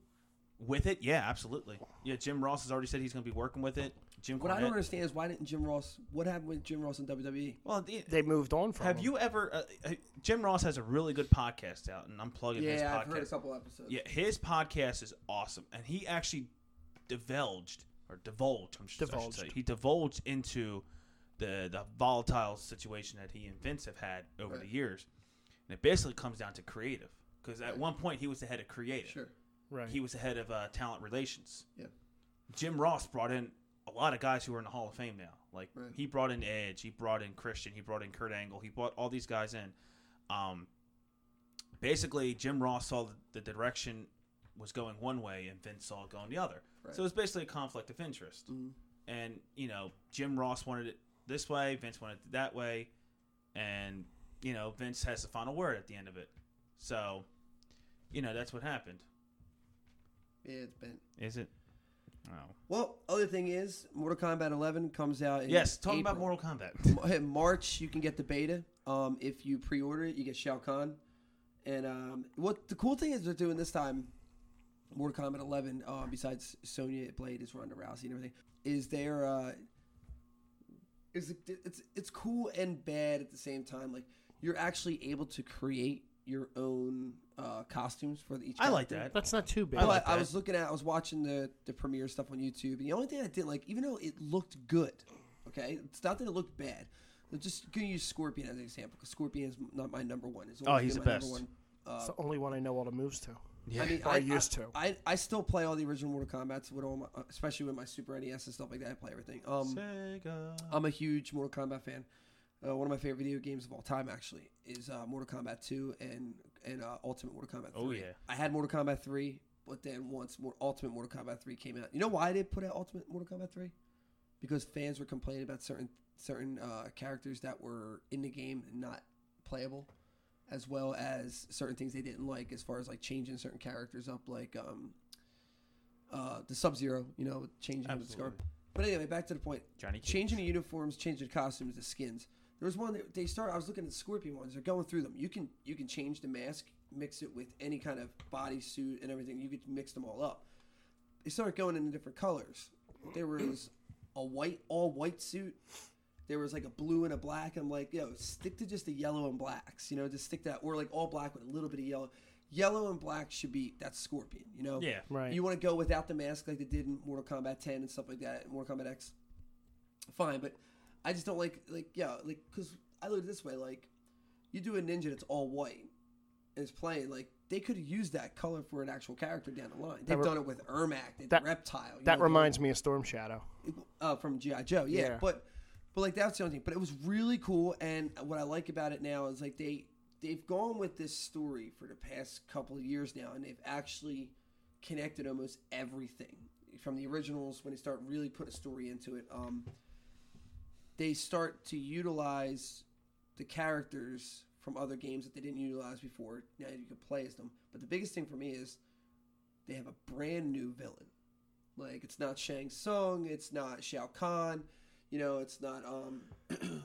B: with it, yeah, absolutely. Yeah, Jim Ross has already said he's going to be working with it. Jim
A: What I don't
B: Cornette.
A: understand is why didn't Jim Ross? What happened with Jim Ross and WWE?
B: Well, the-
C: They moved on from.
B: have
C: him.
B: you ever? Uh, uh, Jim Ross has a really good podcast out, and I'm plugging his
A: Yeah,
B: podcast.
A: I've heard a couple episodes.
B: Yeah, his podcast is awesome, and he actually divulged or divulged. I'm sure I should say
C: Divulged.
B: he divulged into the the volatile situation that he and Vince have had over the
A: Right.
B: years, and it basically comes down to creative. Because at one point he was the head of creative,
A: sure.
C: Right.
B: he was the head of uh, talent relations.
A: Yeah.
B: Jim Ross brought in a lot of guys who are in the Hall of Fame now. Like
A: Right.
B: he brought in Edge, he brought in Christian, he brought in Kurt Angle, he brought all these guys in. Um, basically, Jim Ross saw that the direction was going one way and Vince saw it going the other. So
A: Right. Mm-hmm.
B: it was basically a conflict of interest. And you know, Jim Ross wanted it this way, Vince wanted it that way, and you know, Vince has the final word at the end of it. So, you know, that's what happened.
A: Yeah, it's been.
B: Is it? Oh.
A: Well, other thing is, Mortal Kombat 11 comes out. In
B: Yes, talking about
A: April.
B: Mortal Kombat.
A: Ma- In March, you can get the beta. Um, if you pre-order it, you get Shao Kahn. And um, what the cool thing is they're doing this time, Mortal Kombat 11, uh, besides Sonya Blade is Ronda Rousey and everything, is there. Uh, is it, it's it's cool and bad at the same time. Like you're actually able to create your own uh, costumes for each.
B: I like
A: character.
B: that.
C: That's not too bad.
A: But I was looking at, I was watching the the premiere stuff on YouTube, and the only thing I didn't like, even though it looked good, okay, it's not that it looked bad. I'm just gonna use Scorpion as an example because Scorpion is not my number one. It's always
B: he's
A: been
B: the
A: my number
B: best.
A: uh,
C: It's the only one I know all the moves to.
A: I mean,
C: Or
A: I
C: used
A: I-
C: to.
A: I, I still play all the original Mortal Kombat's with all my, especially with my Super NES and stuff like that. I play everything. Um,
B: Sega.
A: I'm a huge Mortal Kombat fan. Uh, one of my favorite video games of all time, actually, is uh, Mortal Kombat 2 and and uh, Ultimate Mortal Kombat 3.
B: Oh, yeah.
A: I had Mortal Kombat 3, but then once more Ultimate Mortal Kombat 3 came out, you know why I didn't put out Ultimate Mortal Kombat 3? Because fans were complaining about certain certain uh, characters that were in the game and not playable, as well as certain things they didn't like, as far as like changing certain characters up, like um, uh, the Sub Zero, you know, changing him to Scar.
B: Absolutely.
A: But anyway, back to the point
B: Johnny Cage.
A: changing the uniforms, changing the costumes, the skins. There was one that they start. I was looking at the Scorpion ones. They're going through them. You can you can change the mask, mix it with any kind of bodysuit and everything. You could mix them all up. They started going into different colors. There was a white, all white suit. There was like a blue and a black. I'm like, yo, stick to just the yellow and blacks. You know, just stick to that, or like all black with a little bit of yellow. Yellow and black should be that's Scorpion. You know,
B: Yeah.
C: Right.
A: You want to go without the mask like they did in Mortal Kombat 10 and stuff like that, Mortal Kombat X fine, but I just don't like like yeah like because I look at it this way like you do a ninja that's all white and it's playing like they could have used that color for an actual character down the line. They've
C: re-
A: done it with Ermac, they
C: that-
A: did Reptile.
C: that reminds me of Storm Shadow.
A: uh, from GI Joe, yeah,
C: Yeah.
A: but but like that's the only thing. But it was really cool, and what I like about it now is like they they've gone with this story for the past couple of years now, and they've actually connected almost everything from the originals when they start really putting a story into it. Um, they start to utilize the characters from other games that they didn't utilize before. Now you can play as them. But the biggest thing for me is they have a brand new villain. Like it's not Shang Tsung, it's not Shao Kahn, you know, it's not um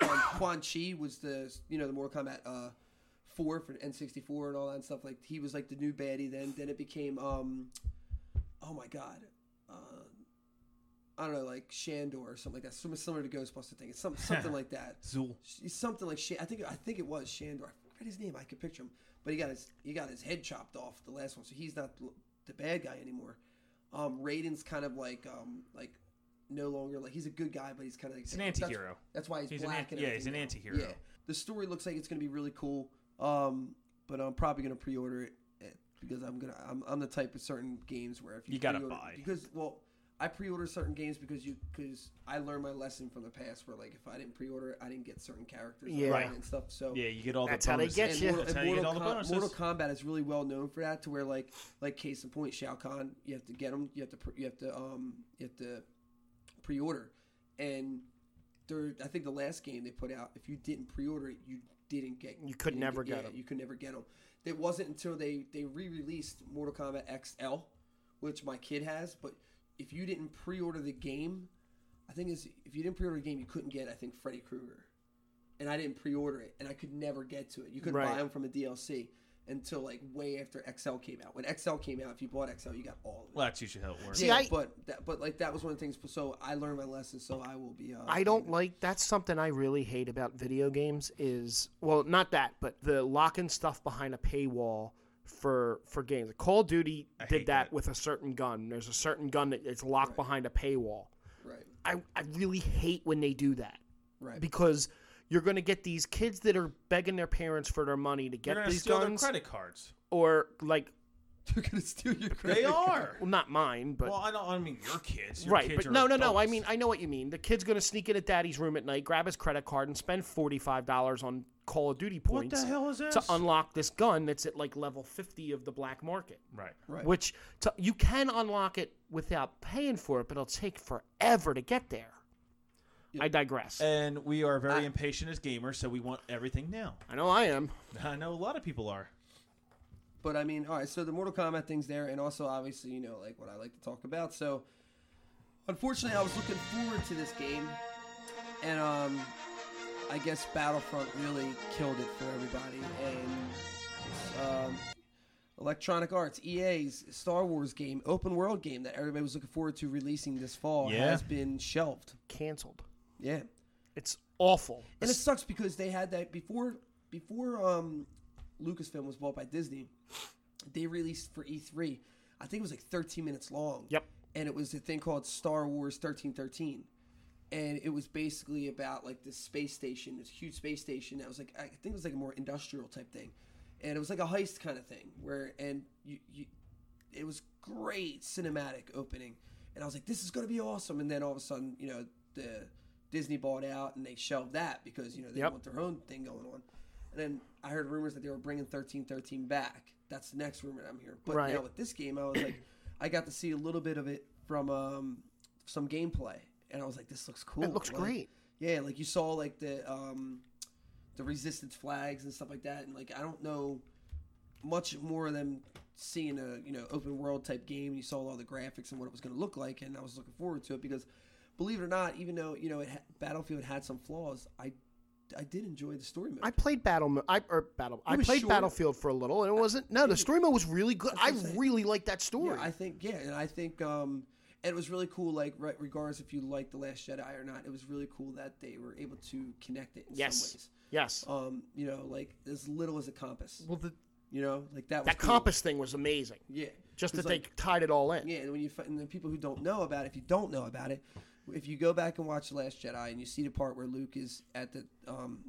A: Quan, Quan Chi was the you know the Mortal Kombat uh four for N sixty four and all that stuff. Like he was like the new baddie then. Then it became um oh my god. Uh, I don't know, like Shandor or something like that. Something similar to Ghostbuster thing. It's some, something like that.
B: Zool.
A: Sh- something like Shan- I think I think it was Shandor. I forget his name. I could picture him, but he got his he got his head chopped off the last one, so he's not the- the bad guy anymore. Um, Raiden's kind of like um like no longer like he's a good guy, but he's kind of like
B: an
A: that's-
B: anti-hero.
A: That's, why he's,
B: He's an
A: black.
B: anti-
A: and
B: yeah, he's
A: everything
B: an
A: now.
B: anti-hero.
A: Yeah, the story looks like it's gonna be really cool. Um, but I'm probably gonna pre-order it eh, because I'm gonna I'm, I'm the type of certain games where if you,
B: You gotta
A: pre-order-
B: buy.
A: because well I pre-order certain games because you because I learned my lesson from the past where like if I didn't pre-order it I didn't get certain characters
C: Yeah.
A: online
C: Right.
A: and stuff so
B: Yeah, you get all
C: That's
B: the
C: how they
B: bonuses.
C: get
A: and
C: you.
A: Mortal,
B: That's how
A: and
B: you get
A: Mortal,
B: all the
A: Com-
B: bonuses.
A: Mortal Kombat is really well known for that. To where like like case in point, Shao Kahn, you have to get him, you have to pre- you have to um you have to pre-order, and they're I think the last game they put out, if you didn't pre-order it, you didn't get
C: You could
A: didn't
C: never get
A: yeah,
C: 'em.
A: You could never get them. It wasn't until they they re-released Mortal Kombat XL, which my kid has, but if you didn't pre-order the game, I think is if you didn't pre-order the game, you couldn't get I think Freddy Krueger and I didn't pre-order it, and I could never get to it. You could buy 'em buy
C: Right.
A: them from a DLC until like way after XL came out. When XL came out, if you bought XL, you got all of it.
B: Well, that's usually how it works.
C: See,
A: yeah,
C: I-
A: but that, but like that was one of the things. So I learned my lesson. So I will be. Uh,
C: I don't like that's something I really hate about video games is well not that but the locking stuff behind a paywall for for games. Call of Duty
B: hate
C: did that,
B: that.
C: with a certain gun. There's a certain gun that it's locked behind a paywall.
A: right,
C: I I really hate when they do that
A: right,
C: because you're going to get these kids that are begging their parents for their money to
B: They're
C: get
B: gonna
C: these
B: steal
C: guns
B: their credit cards.
C: or like
A: they're gonna steal your credit.
B: They
A: card.
B: are.
C: well not mine but
B: Well, I don't. I don't mean your kids. Your
C: Right,
B: kids
C: but
B: are
C: no, no, no. I
B: adults.
C: mean, I know what you mean. The kid's gonna sneak in at daddy's room at night, grab his credit card, and spend forty five dollars on Call of Duty
B: what
C: points
B: the hell is this?
C: to unlock this gun that's at like level fifty of the black market.
B: right.
A: Right.
C: Which to, you can unlock it without paying for it, but it'll take forever to get there. I digress.
B: And we are very impatient as gamers, so we want everything now.
C: I know I am.
B: I know a lot of people are.
A: But I mean, all right. So the Mortal Kombat thing's there, and also obviously, you know, like what I like to talk about. So unfortunately, I was looking forward to this game, and um, I guess Battlefront really killed it for everybody. And um, Electronic Arts, EA's Star Wars game, open world game that everybody was looking forward to releasing this fall,
B: Yeah.
A: has been shelved.
C: Cancelled.
A: Yeah,
C: It's awful.
A: and it sucks because they had that before before um, Lucasfilm was bought by Disney. They released for E3. I think it was like 13 minutes long.
C: Yep.
A: And it was a thing called Star Wars 1313. And it was basically about like this space station, this huge space station that was like I think it was like a more industrial type thing, and it was like a heist kind of thing where and you, you it was great cinematic opening and i was like this is going to be awesome and then all of a sudden you know the disney bought out and they shelved that because you know they
C: Yep.
A: want their own thing going on and then i heard rumors that they were bringing 1313 back that's the next rumor i'm hearing but
C: Right.
A: now with this game i was like i got to see a little bit of it from um, some gameplay and i was like this looks cool
C: It looks
A: Like,
C: great.
A: yeah like you saw like the um, the resistance flags and stuff like that and like i don't know much more than seeing a you know open world type game. You saw all the graphics and what it was going to look like, and I was looking forward to it because, believe it or not, even though you know it ha- Battlefield had some flaws, I I did enjoy the story mode.
C: I played Battle. Mo- I or Battle. I
A: was
C: played
A: short.
C: Battlefield for a little, and it wasn't. No, the story mode was really good. I
A: what I'm saying.
C: really liked that
A: yeah,
C: story.
A: I think yeah, and I think um, and it was really cool. Like re- regardless if you liked the Last Jedi or not, it was really cool that they were able to connect it in some
C: yes.
A: ways.
C: Yes.
A: Um, you know, like as little as a compass.
C: Uh, Well, the,
A: You know, like that was
C: that
A: cool.
C: compass thing was amazing.
A: Yeah,
C: Just that
A: It's like-
C: they tied it all in.
A: Yeah, and when you fi- and the people who don't know about it, if you don't know about it, if you go back and watch The Last Jedi and you see the part where Luke is at the um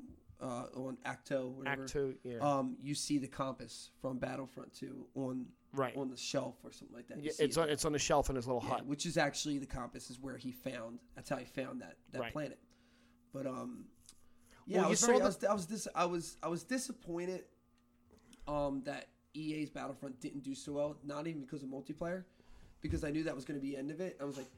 A: uh on Acto whatever
C: Act two, yeah.
A: um you see the compass from Battlefront 2 on
C: Right.
A: on the shelf or something like that. You
C: Yeah,
A: see
C: it's
A: it.
C: on it's on the shelf in his little hut.
A: which is actually the compass is where he found that's how he found that that
C: Right.
A: planet. But um yeah,
C: Well,
A: I
C: you
A: was very,
C: saw
A: I was I was, dis- I was I was disappointed um that EA's Battlefront didn't do so well, not even because of multiplayer, because I knew that was going to be the end of it. I was like,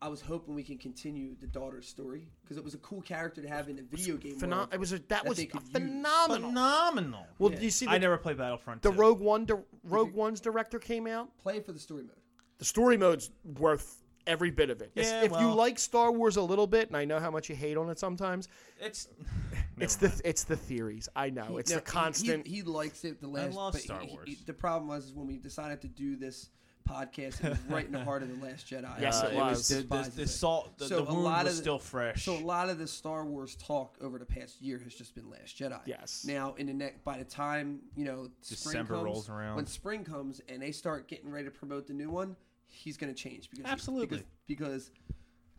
A: I was hoping we can continue the daughter's story because it was a cool character to have in a video game.
C: Pheno-
A: world
C: it was a, that was
A: they could use.
C: phenomenal.
F: Phenomenal.
C: Well, do you see
B: I
C: the,
B: never played Battlefront.
C: the
B: 2.
C: Rogue One? di- Rogue One's director came out.
A: Play for the story mode.
C: The story mode's worth every bit of it. It's-
B: Yeah,
C: if you
B: well-
C: like Star Wars a little bit, and I know how much you hate on it sometimes,
B: It's
C: it's the it's the theories. I know Oh, it's
A: No,
C: the
A: he- he-
C: constant.
A: He, likes it. The last.
F: love
A: but
F: Star
A: he- he-
F: Wars.
A: the problem was is when we decided to do this podcast, it was right in the heart of the Last Jedi.
C: Yes,
B: uh,
C: it
B: it was
C: was.
B: the, the,
A: Despises
B: the
A: it.
B: salt. The,
A: So
B: the
A: a
B: wound
A: lot
B: was
A: of the-
B: still fresh.
A: So a lot of the Star Wars talk over the past year has just been Last Jedi.
C: Yes.
A: Now in the next, by the time you know spring
B: December
A: comes,
B: rolls around.
A: when spring comes and they start getting ready to promote the new one, he's going to change because
B: Absolutely.
A: because,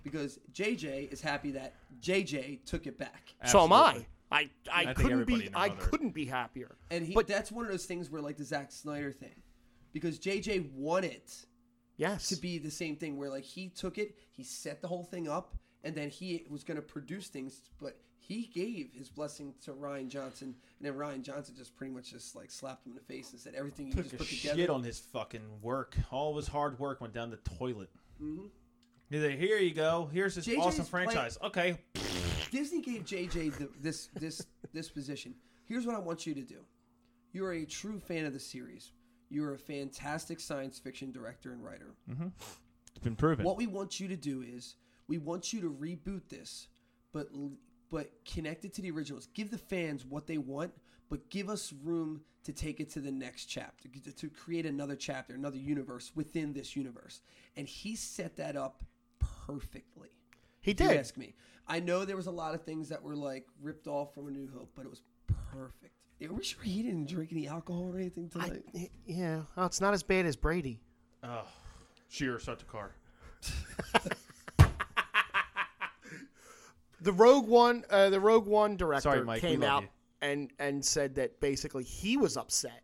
A: because because JJ is happy that JJ took it back.
C: so am I.
B: Absolutely.
C: I I,
F: think
C: couldn't
F: everybody
C: be
F: and their
C: I
F: mother.
C: couldn't be happier.
A: And he,
C: But-
A: that's one of those things where like the Zack Snyder thing, because JJ won it
C: Yes.
A: to be the same thing where like he took it, he set the whole thing up, and then he was going to produce things, but he gave his blessing to Ryan Johnson, and then Ryan Johnson just pretty much just like slapped him in the face and said everything you just
B: took a
A: put
B: shit
A: together.
B: on his fucking work. All of his hard work went down the toilet. He's like, here you go. Here's this
A: JJ's
B: awesome
A: play-
B: franchise. Okay,
A: Disney gave JJ the, this this this position. Here's what I want you to do. You are a true fan of the series. You are a fantastic science fiction director and writer.
B: it's been proven.
A: What we want you to do is we want you to reboot this, but l- but connect it to the originals. Give the fans what they want, but give us room to take it to the next chapter, to- to create another chapter, another universe within this universe. And he set that up perfectly.
C: he
A: If you
C: did.
A: ask me. I know there was a lot of things that were like ripped off from A New Hope, but it was perfect. Are we sure he didn't drink any alcohol or anything
C: I-
A: tonight?
C: yeah. Oh, it's not as bad as Brady.
B: oh, Sheer such a car.
C: the Rogue One, uh, the Rogue One director
B: Sorry, Mike, we
C: came
B: love
C: out
B: you.
C: and and said that basically he was upset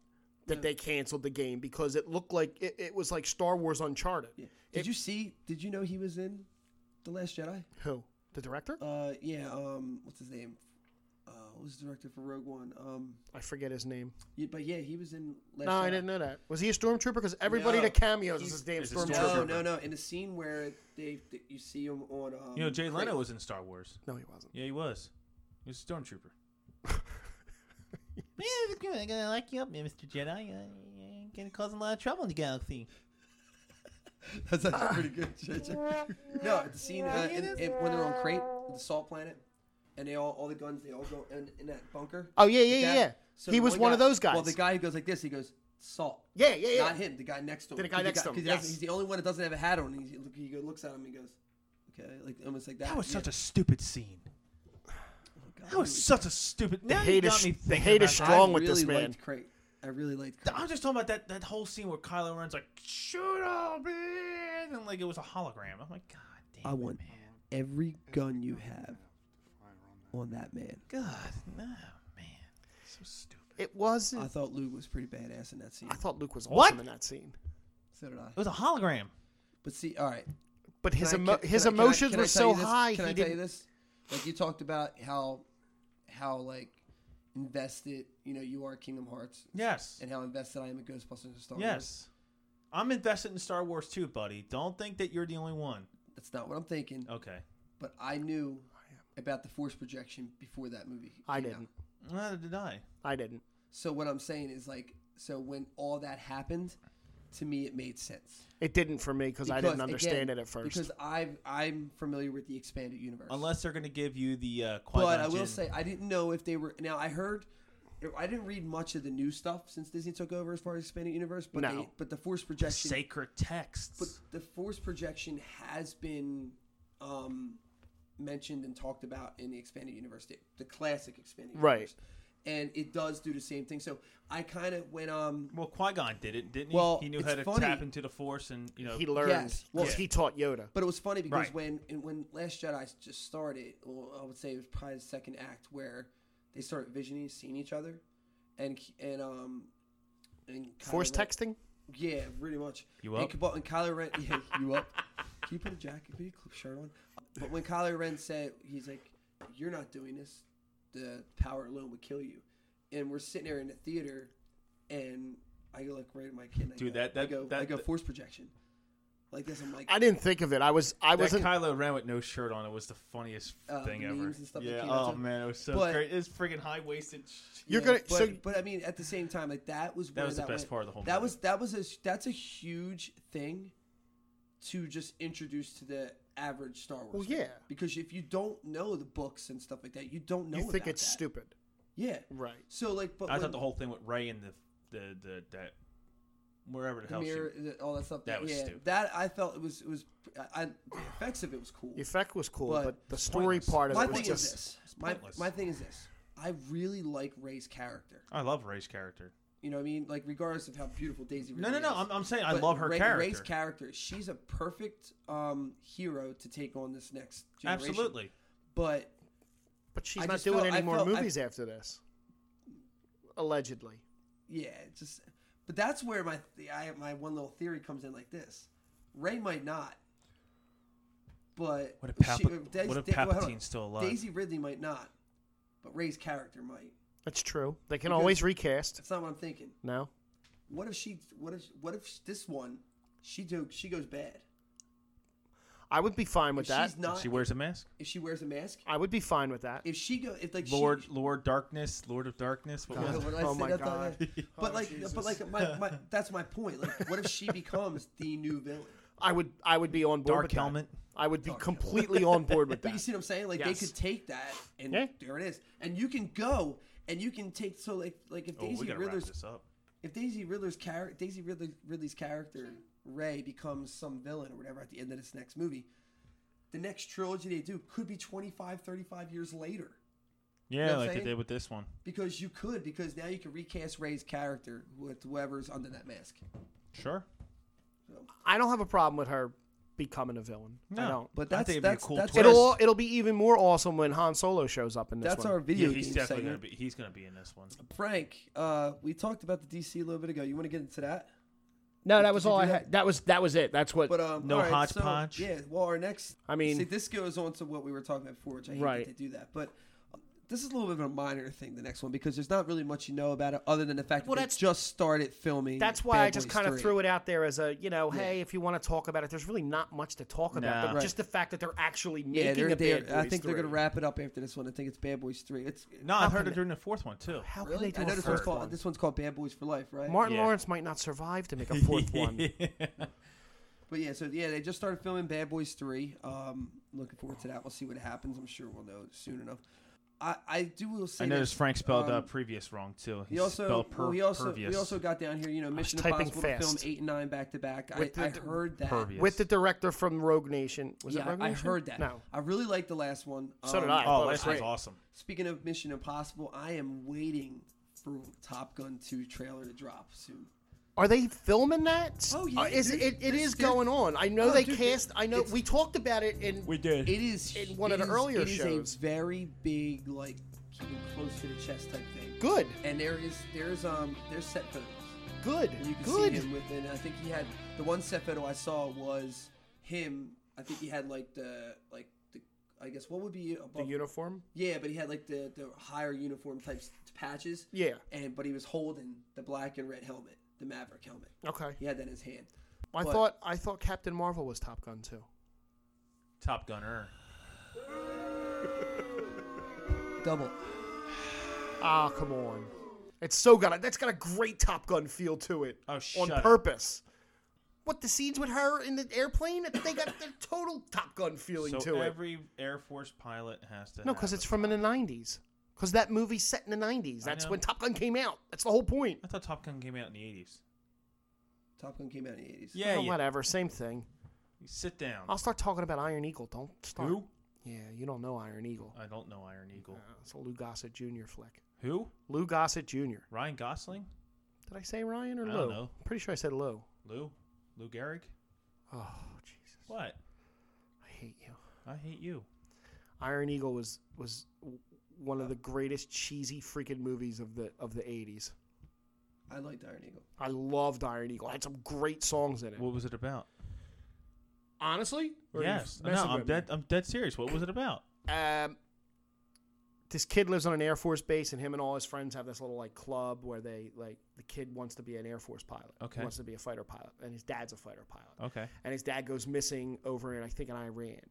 C: that they canceled the game because it looked like it, it was like Star Wars Uncharted.
A: did you see? Did you know he was in The Last Jedi?
C: Who the director?
A: Uh, yeah. Um, what's his name? Uh, what was the director for Rogue One? Um,
C: I forget his name.
A: yeah, but yeah, he was in. Last
C: No, I
A: Jedi.
C: didn't know that. Was he a stormtrooper? Because everybody
A: No.
C: that cameos is
A: He's-
C: his damn
B: is a
A: No,
C: stormtrooper.
B: stormtrooper.
A: no, no. In the scene where they, that you see him on. Um,
B: You know, Jay
A: Cra-
B: Leno was in Star Wars.
C: No, he wasn't.
B: Yeah, he was. He was a stormtrooper.
F: Yeah, it's good. I'm gonna lock you up, Mr. Jedi. You're gonna cause a lot of trouble in the galaxy.
A: That's actually pretty good. JJ. no, the scene uh, in, in, when they're on Crate, the Salt Planet, and they all, all the guns, they all go in, in that bunker.
C: Oh yeah,
A: The
C: yeah,
A: guy-
C: yeah.
A: so
C: he
A: the
C: was one, of
A: guy-
C: those guys.
A: Well, the guy who goes like this, he goes salt.
C: Yeah, yeah, yeah.
A: Not him. The guy next to him.
C: The guy
A: 'Cause
C: next to him,
A: 'cause he doesn't-
C: yes.
A: He's the only one that doesn't have a hat on. He, he go- looks at him and goes, okay, like almost like that.
B: That was
A: Yeah.
B: such a stupid scene.
A: God,
B: That was such a stupid. Now you
C: hate is-
B: got me
C: the
B: thinking
C: hate is
B: about that.
A: I
C: strong with this
A: really
C: man.
A: liked Crate. I really liked Crate.
B: I'm just talking about that, that whole scene where Kylo Ren's like, shoot all man, and like it was a hologram. I'm like, God damn.
A: I want every gun you have on that man.
B: God, no, man. So stupid.
C: it was.
A: I
C: I,
A: thought Luke was pretty badass in that scene.
C: thought Luke was awesome
B: What?
C: in that scene.
A: So did I.
B: It was a hologram.
A: But see, all right.
C: But his
A: Can I-
C: emo-
A: can-
C: his
A: can I- can I-
C: emotions
A: can I
C: were
A: tell
C: so
A: you this?
C: high.
A: Can
C: he
A: I tell
C: didn't.
A: you this? Like you talked about how, how like invested you know you are in Kingdom Hearts
B: Yes.
A: and how invested I am in Ghostbusters and Star Wars.
B: Yes. I'm invested in Star Wars too, buddy. Don't think that you're the only one.
A: that's not what I'm thinking.
C: Oh.
B: Okay.
A: But I knew about the force projection before that movie.
C: I
A: came out.
C: didn't.
B: Neither did I.
C: I didn't.
A: So what I'm saying is like, so when all that happened, to me it made sense.
C: It didn't for me because I didn't
A: again,
C: understand it at first.
A: Because I I'm familiar with the expanded universe.
B: Unless they're going to give you the uh,
A: but
B: Qui-Gon
A: I will
B: Jinn.
A: say I didn't know if they were. Now I heard. I didn't read much of the new stuff since Disney took over as far as expanded universe, but
C: No.
A: they, but the force projection
B: sacred texts.
A: But the force projection has been um, mentioned and talked about in the expanded universe, the, the classic expanded
C: Right.
A: universe. And it does do the same thing. So I kind of went, um,
B: well, Qui Gon did it, didn't he?
A: Well,
B: he knew
A: it's
B: how to
A: funny.
B: tap into the Force, and you know,
C: he learned
A: Yes. Well,
C: because he taught Yoda.
A: but it was funny because
B: Right.
A: when and when Last Jedi just started, well, I would say it was probably the second act where they start visioning, seeing each other, and and um, and Kylo
C: Force
A: Ren-
C: texting.
A: Yeah, really much.
B: You
A: And
B: up?
A: Cabal- And, Kylo Ren, yeah, you up? Can you put a jacket, put your cl- shirt on? But when Kylo Ren said, he's like, "You're not doing this. The power alone would kill you." And we're sitting there in the theater, and I go like right at my kid. and I
G: Dude,
A: go-
G: that-
A: I
G: that-
A: go,
G: that-
A: I go
G: that-
A: force projection, like this. I'm like
C: I didn't think of it. I was I
G: That
C: wasn't
G: Kylo Ren with no shirt on it was the funniest
A: uh,
G: thing
A: memes
G: ever.
A: and stuff. that
G: Yeah.
A: came out
G: Oh
A: to-
G: man, it was so
A: But-
G: great. It's freaking high waisted.
C: You're
A: Yeah,
C: gonna
A: but,
C: so
A: but I mean, at the same time, like that was
G: That
A: where
G: was the best
A: went.
G: part of the whole
A: That
G: movie.
A: was that was a that's a huge thing to just introduce to the average Star Wars.
C: Well,
A: fan.
C: yeah.
A: because if you don't know the books and stuff like that, you don't know.
C: you think
A: about
C: it's
A: that.
C: stupid.
A: Yeah.
C: Right.
A: So like, but
G: I
A: when
G: thought the whole thing with Ray and the the the that wherever the
A: the
G: hell she
A: mirror, the- all that stuff.
G: That was
A: yeah,
G: stupid.
A: That I felt it was it was I, I- the effects of it was cool.
C: The effect was cool,
A: But
C: but, the story
G: pointless.
C: part of
A: my
C: it was
A: thing
C: just
A: is this. My
G: pointless.
A: my thing is this. I really like Ray's character.
G: I love Ray's character.
A: You know what I mean? Like regardless of how beautiful Daisy. Really
G: No, no, no.
A: is.
G: I'm, I'm saying I
A: But
G: love her
A: Ray-
G: character.
A: Ray's character. She's a perfect um, hero to take on this next generation.
G: Absolutely.
A: But
C: but she's
A: I
C: not
A: just
C: doing
A: felt- I
C: any more
A: felt- I-
C: movies after this. Allegedly.
A: yeah, it just but that's where my th- I my one little theory comes in like this. Ray might not. But
G: What if,
A: she-
G: Palpa-
A: Dais-
G: what if
A: Da- well, hold on.
G: Palpatine's still alive?
A: Daisy Ridley might not, but Ray's character might.
C: That's true. They can always recast.
A: That's not what I'm thinking.
C: No.
A: What if she? What if? What if this one? She do, She goes bad.
C: I would be fine with
A: If
C: that.
A: she's not.
G: she wears a mask.
A: if she wears a mask.
C: I would be fine with that.
A: If she go, if like
G: Lord,
A: She,
G: Lord Darkness, Lord of Darkness. What
A: God,
G: was it?
A: what did I
C: Oh
A: say?
C: my
A: That's
C: God.
A: not right. But like, but like, my, my, that's my point. Like, what if she becomes the new villain?
C: I would I would be on board
G: Dark
C: with that.
G: helmet.
C: I would be completely on board with
A: But you
C: that.
A: see what I'm saying? Like,
C: Yes.
A: they could take that, and
C: Yeah.
A: there it is. And you can go, and you can take. So like, like if
G: Oh, we
A: Daisy
G: gotta wrap
A: Ridler's
G: this up.
A: if Daisy Riddler's character, Daisy Riddler, Ridley's character, Ray becomes some villain or whatever at the end of this next movie, the next trilogy they do could be 25, 35 years later.
G: Yeah,
A: know what I'm
G: like they
A: saying?
G: did with this one.
A: Because you could, because now you can recast Ray's character with whoever's under that mask.
G: Sure.
C: I don't have a problem with her becoming a villain. I
G: No,
C: don't.
A: But
G: I
A: that's
G: think it'd be a
A: that's
G: cool
A: that's,
G: twist.
A: our-
C: It'll it'll be even more awesome when Han Solo shows up in this
A: that's
C: one.
A: our video
G: Yeah, he's
A: game
G: definitely
A: segment.
G: gonna be. He's gonna be in this one.
A: Frank, uh, we talked about the DC a little bit ago. You want to get into that?
C: no,
A: did
C: that was
A: you
C: all
A: do
C: I
A: that?
C: had. That was that was it. That's what.
A: But um,
G: No
A: all right, so,
G: hodgepodge.
A: yeah. Well, our next.
C: I mean-
A: see, this goes on to what we were talking about before, which I hate
C: Right.
A: that they do that. But um, this is a little bit of a minor thing. The next one because there's not really much you know about it other than the fact
C: Well,
A: that
C: that's-
A: they just started filming.
C: that's why I
A: Bad
C: just
A: Boys
C: kind of
A: 3.
C: threw it out there as a you know, hey, if you want to talk about it, there's really not much to talk about.
G: Nah.
C: but
A: Right.
C: Just the fact that they're actually
A: Yeah,
C: making
A: they're,
C: a
A: they're,
C: Bad
A: I
C: Boys
A: think they're going to
C: 3.
A: wrap it up after this one. I think it's Bad Boys Three. It's
G: No, I
C: can
G: heard
C: they-
G: it during the fourth one too.
C: How
A: really.
C: can
A: I
C: they do
A: know
C: a
A: this one's
C: fourth
A: called
C: one?
A: this one's called Bad Boys for Life, right?
C: Martin
G: Yeah.
C: Lawrence might not survive to make a fourth one.
A: But yeah, so yeah, they just started filming Bad Boys Three. Um, looking forward to that. We'll see what happens. I'm sure we'll know soon enough. I, I do will say
G: I
A: that-
G: noticed Frank spelled uh,
A: um,
G: previous wrong too. He,
A: He also,
G: spelled per-
A: well, we also,
G: pervious.
A: we also got down here. You know, Mission
C: typing
A: Impossible to film
C: fast.
A: eight and nine back to back. I,
C: With the-
A: I heard that.
G: pervious.
C: With the director from Rogue Nation, was it
A: Yeah,
C: Rogue
A: I, I
C: Nation?
A: heard that.
C: No,
A: I really liked the last one.
C: So did
A: Um,
C: I.
G: oh,
C: it was
G: last one's
C: great.
G: awesome.
A: Speaking of Mission Impossible, I am waiting for Top Gun two trailer to drop soon.
C: Are they filming that?
A: Oh, yeah,
C: Uh, is
A: dude.
C: it? It
A: This-
C: is
A: dude-
C: going on. I know
A: Oh,
C: they
A: dude,
C: cast. I know
A: it's-
C: we talked about it in.
G: did.
A: It is
C: In one of
A: it
C: the
A: is-
C: earlier
A: it is
C: shows.
A: a very big, like keeping close to the chest type thing.
C: good,
A: And there is there's um there's set photos.
C: good,
A: And you can see
C: good.
A: him with and I think he had the one set photo I saw was him. I think he had like the like the I guess what would be
C: The
A: above
C: uniform.
A: yeah, but he had like the the higher uniform types patches.
C: Yeah.
A: and but he was holding the black and red helmet, the Maverick helmet.
C: Okay.
A: He had that in his hand.
C: I
A: But-
C: thought I thought Captain Marvel was Top Gun too.
G: Top Gunner.
A: Double.
C: Ah, come on. It's so got. A, that's got a great Top Gun feel to it.
G: Oh, shut
C: on
G: up.
C: purpose. What the scenes with her in the airplane? They got the total Top Gun feeling
G: So
C: to it.
G: every Air Force pilot has to.
C: No,
G: because
C: because it's from in the '90s. Because that movie's set in the '90s.
G: I
C: That's
G: know.
C: when Top Gun came out. That's the whole point.
G: I thought Top Gun came out in the eighties.
A: Top Gun came out in the eighties.
G: Yeah,
C: Oh,
G: yeah.
C: Whatever. Same thing.
G: Sit down.
C: I'll start talking about Iron Eagle. Don't start.
G: Who?
C: Yeah, you don't know Iron Eagle.
G: I don't know Iron Eagle.
C: Uh, it's a Lou Gossett Jr. flick.
G: Who?
C: Lou Gossett Jr. Did
G: Ryan Gosling?
C: I say Ryan or
G: I
C: Lou?
G: don't know.
C: Pretty sure I said Lou.
G: Lou? Lou Gehrig?
C: Oh, Jesus.
G: What?
C: I hate you.
G: I hate you.
C: Iron Eagle was was w- one of the greatest cheesy freaking movies of the of the 80s.
A: I liked Iron Eagle.
C: I loved Iron Eagle. It had some great songs in it.
G: What was it about?
C: Honestly? Or are you
G: yes.
C: messing
G: No, I'm
C: with me?
G: dead. I'm dead serious. What was it about?
C: Um, this kid lives on an Air Force base, and him and all his friends have this little like club where they like the kid wants to be an Air Force pilot.
B: Okay.
C: He wants to be a fighter pilot, and his dad's a fighter pilot.
B: Okay.
C: And his dad goes missing over in I think in Iran,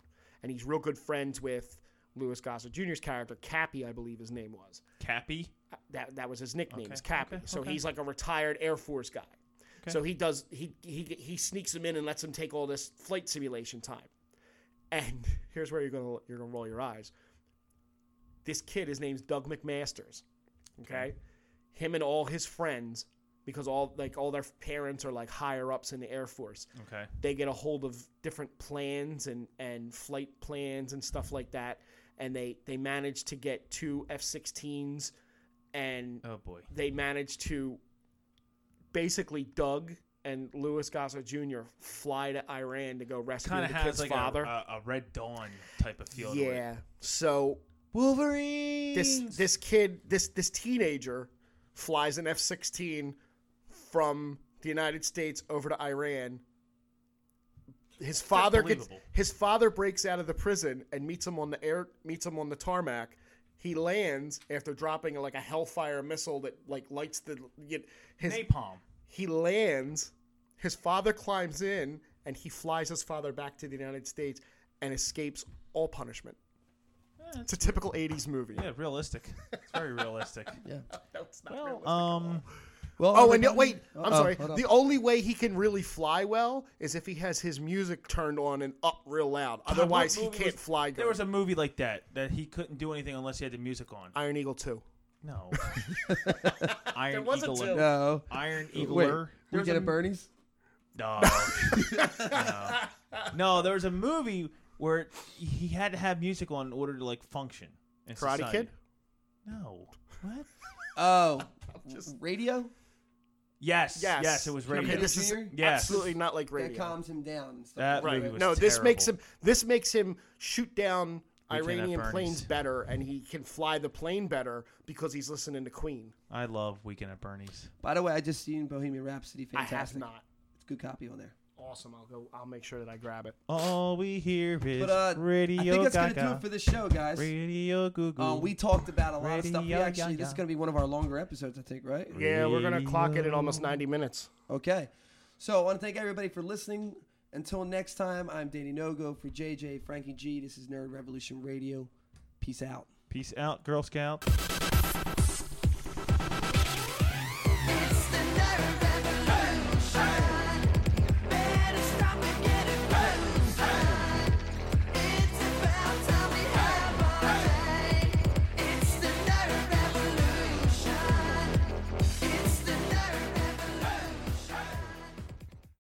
C: and he's real good friends with Louis Gossett Jr.'s character Cappy, I believe his name was.
B: Cappy.
C: That that was his nickname, is
B: Okay,
C: Cappy.
B: okay,
C: so
B: okay.
C: he's like a retired Air Force guy. So he does he he he sneaks him in and lets him take all this flight simulation time. And here's where you're gonna you're gonna roll your eyes. This kid, his name's Doug McMasters. Okay, him and all his friends, because all like all their parents are like higher ups in the Air Force
B: Okay.
C: they get a hold of different plans and, and flight plans and stuff like that and they, they manage to get two f-16s and
B: Oh boy.
C: they manage to basically doug and louis gossett jr fly to iran to go rescue
B: Kind
C: the
B: of has
C: kid's
B: like a,
C: father
B: a, a Red Dawn type of feel. to it.
C: yeah so
H: Wolverine.
C: this this kid this this teenager flies an F16 from the United States over to Iran. His father gets
B: unbelievable.
C: his father breaks out of the prison and meets him on the air meets him on the tarmac. He lands after dropping like a hellfire missile that like lights the get- his
B: Napalm.
C: he lands, his father climbs in and he flies his father back to the United States and escapes all punishment. It's a typical 80s movie.
B: Yeah, realistic. It's very realistic.
H: Well, um,
A: Well,
C: Oh,
A: other
C: and no,
A: than-
C: wait, I'm
A: Uh-oh,
C: sorry.
A: hold up.
C: The only way he can really fly well is if he has his music turned on and up real loud. Otherwise, he
B: movie
C: can't
B: was-
C: fly good.
B: There was a movie like that that he couldn't do anything unless he had the music on.
C: Iron Eagle 2.
B: No. Iron
C: wasn't
B: Eagle.
C: two.
A: no.
B: Iron
A: Wait,
B: Oh. Eagler.
A: we get a Bernie's.
B: No. no. No, there was a movie where he had to have music on in order to like function. in
C: Karate
B: society.
C: Kid?
B: No. What?
A: Oh, radio.
B: Yes.
C: Yes.
B: Yes, it was
C: Okay,
B: radio.
C: this is
A: Junior?
B: Yes.
C: absolutely not like
A: That
C: radio.
A: calms him down. and stuff.
B: That
C: Right.
B: movie was
C: No, this makes him
B: terrible.
C: this makes him shoot down
B: Weekend at
C: Iranian
B: Bernie's.
C: planes better and he can fly the plane better because he's listening to Queen.
B: I love Weekend at Bernie's.
A: By the way, I just seen Bohemian Rhapsody. Fantastic.
C: I have not.
A: It's a good copy on there.
C: Awesome. I'll go I'll make sure that I grab it.
B: All we hear is
A: But uh,
B: radio
A: I think that's
B: gaga.
A: gonna do it for this show, guys.
B: radio goo goo.
A: Um, we talked about a lot of stuff. We
B: Radio
A: actually, this is
B: Gaga.
A: gonna be one of our longer episodes, I think, right?
C: Yeah, we're gonna clock it at almost 90 minutes.
A: Okay. So I want to thank everybody for listening. Until next time, I'm Danny Nogo for JJ Frankie G. This is Nerd Revolution Radio. Peace out.
B: Peace out, Girl Scout.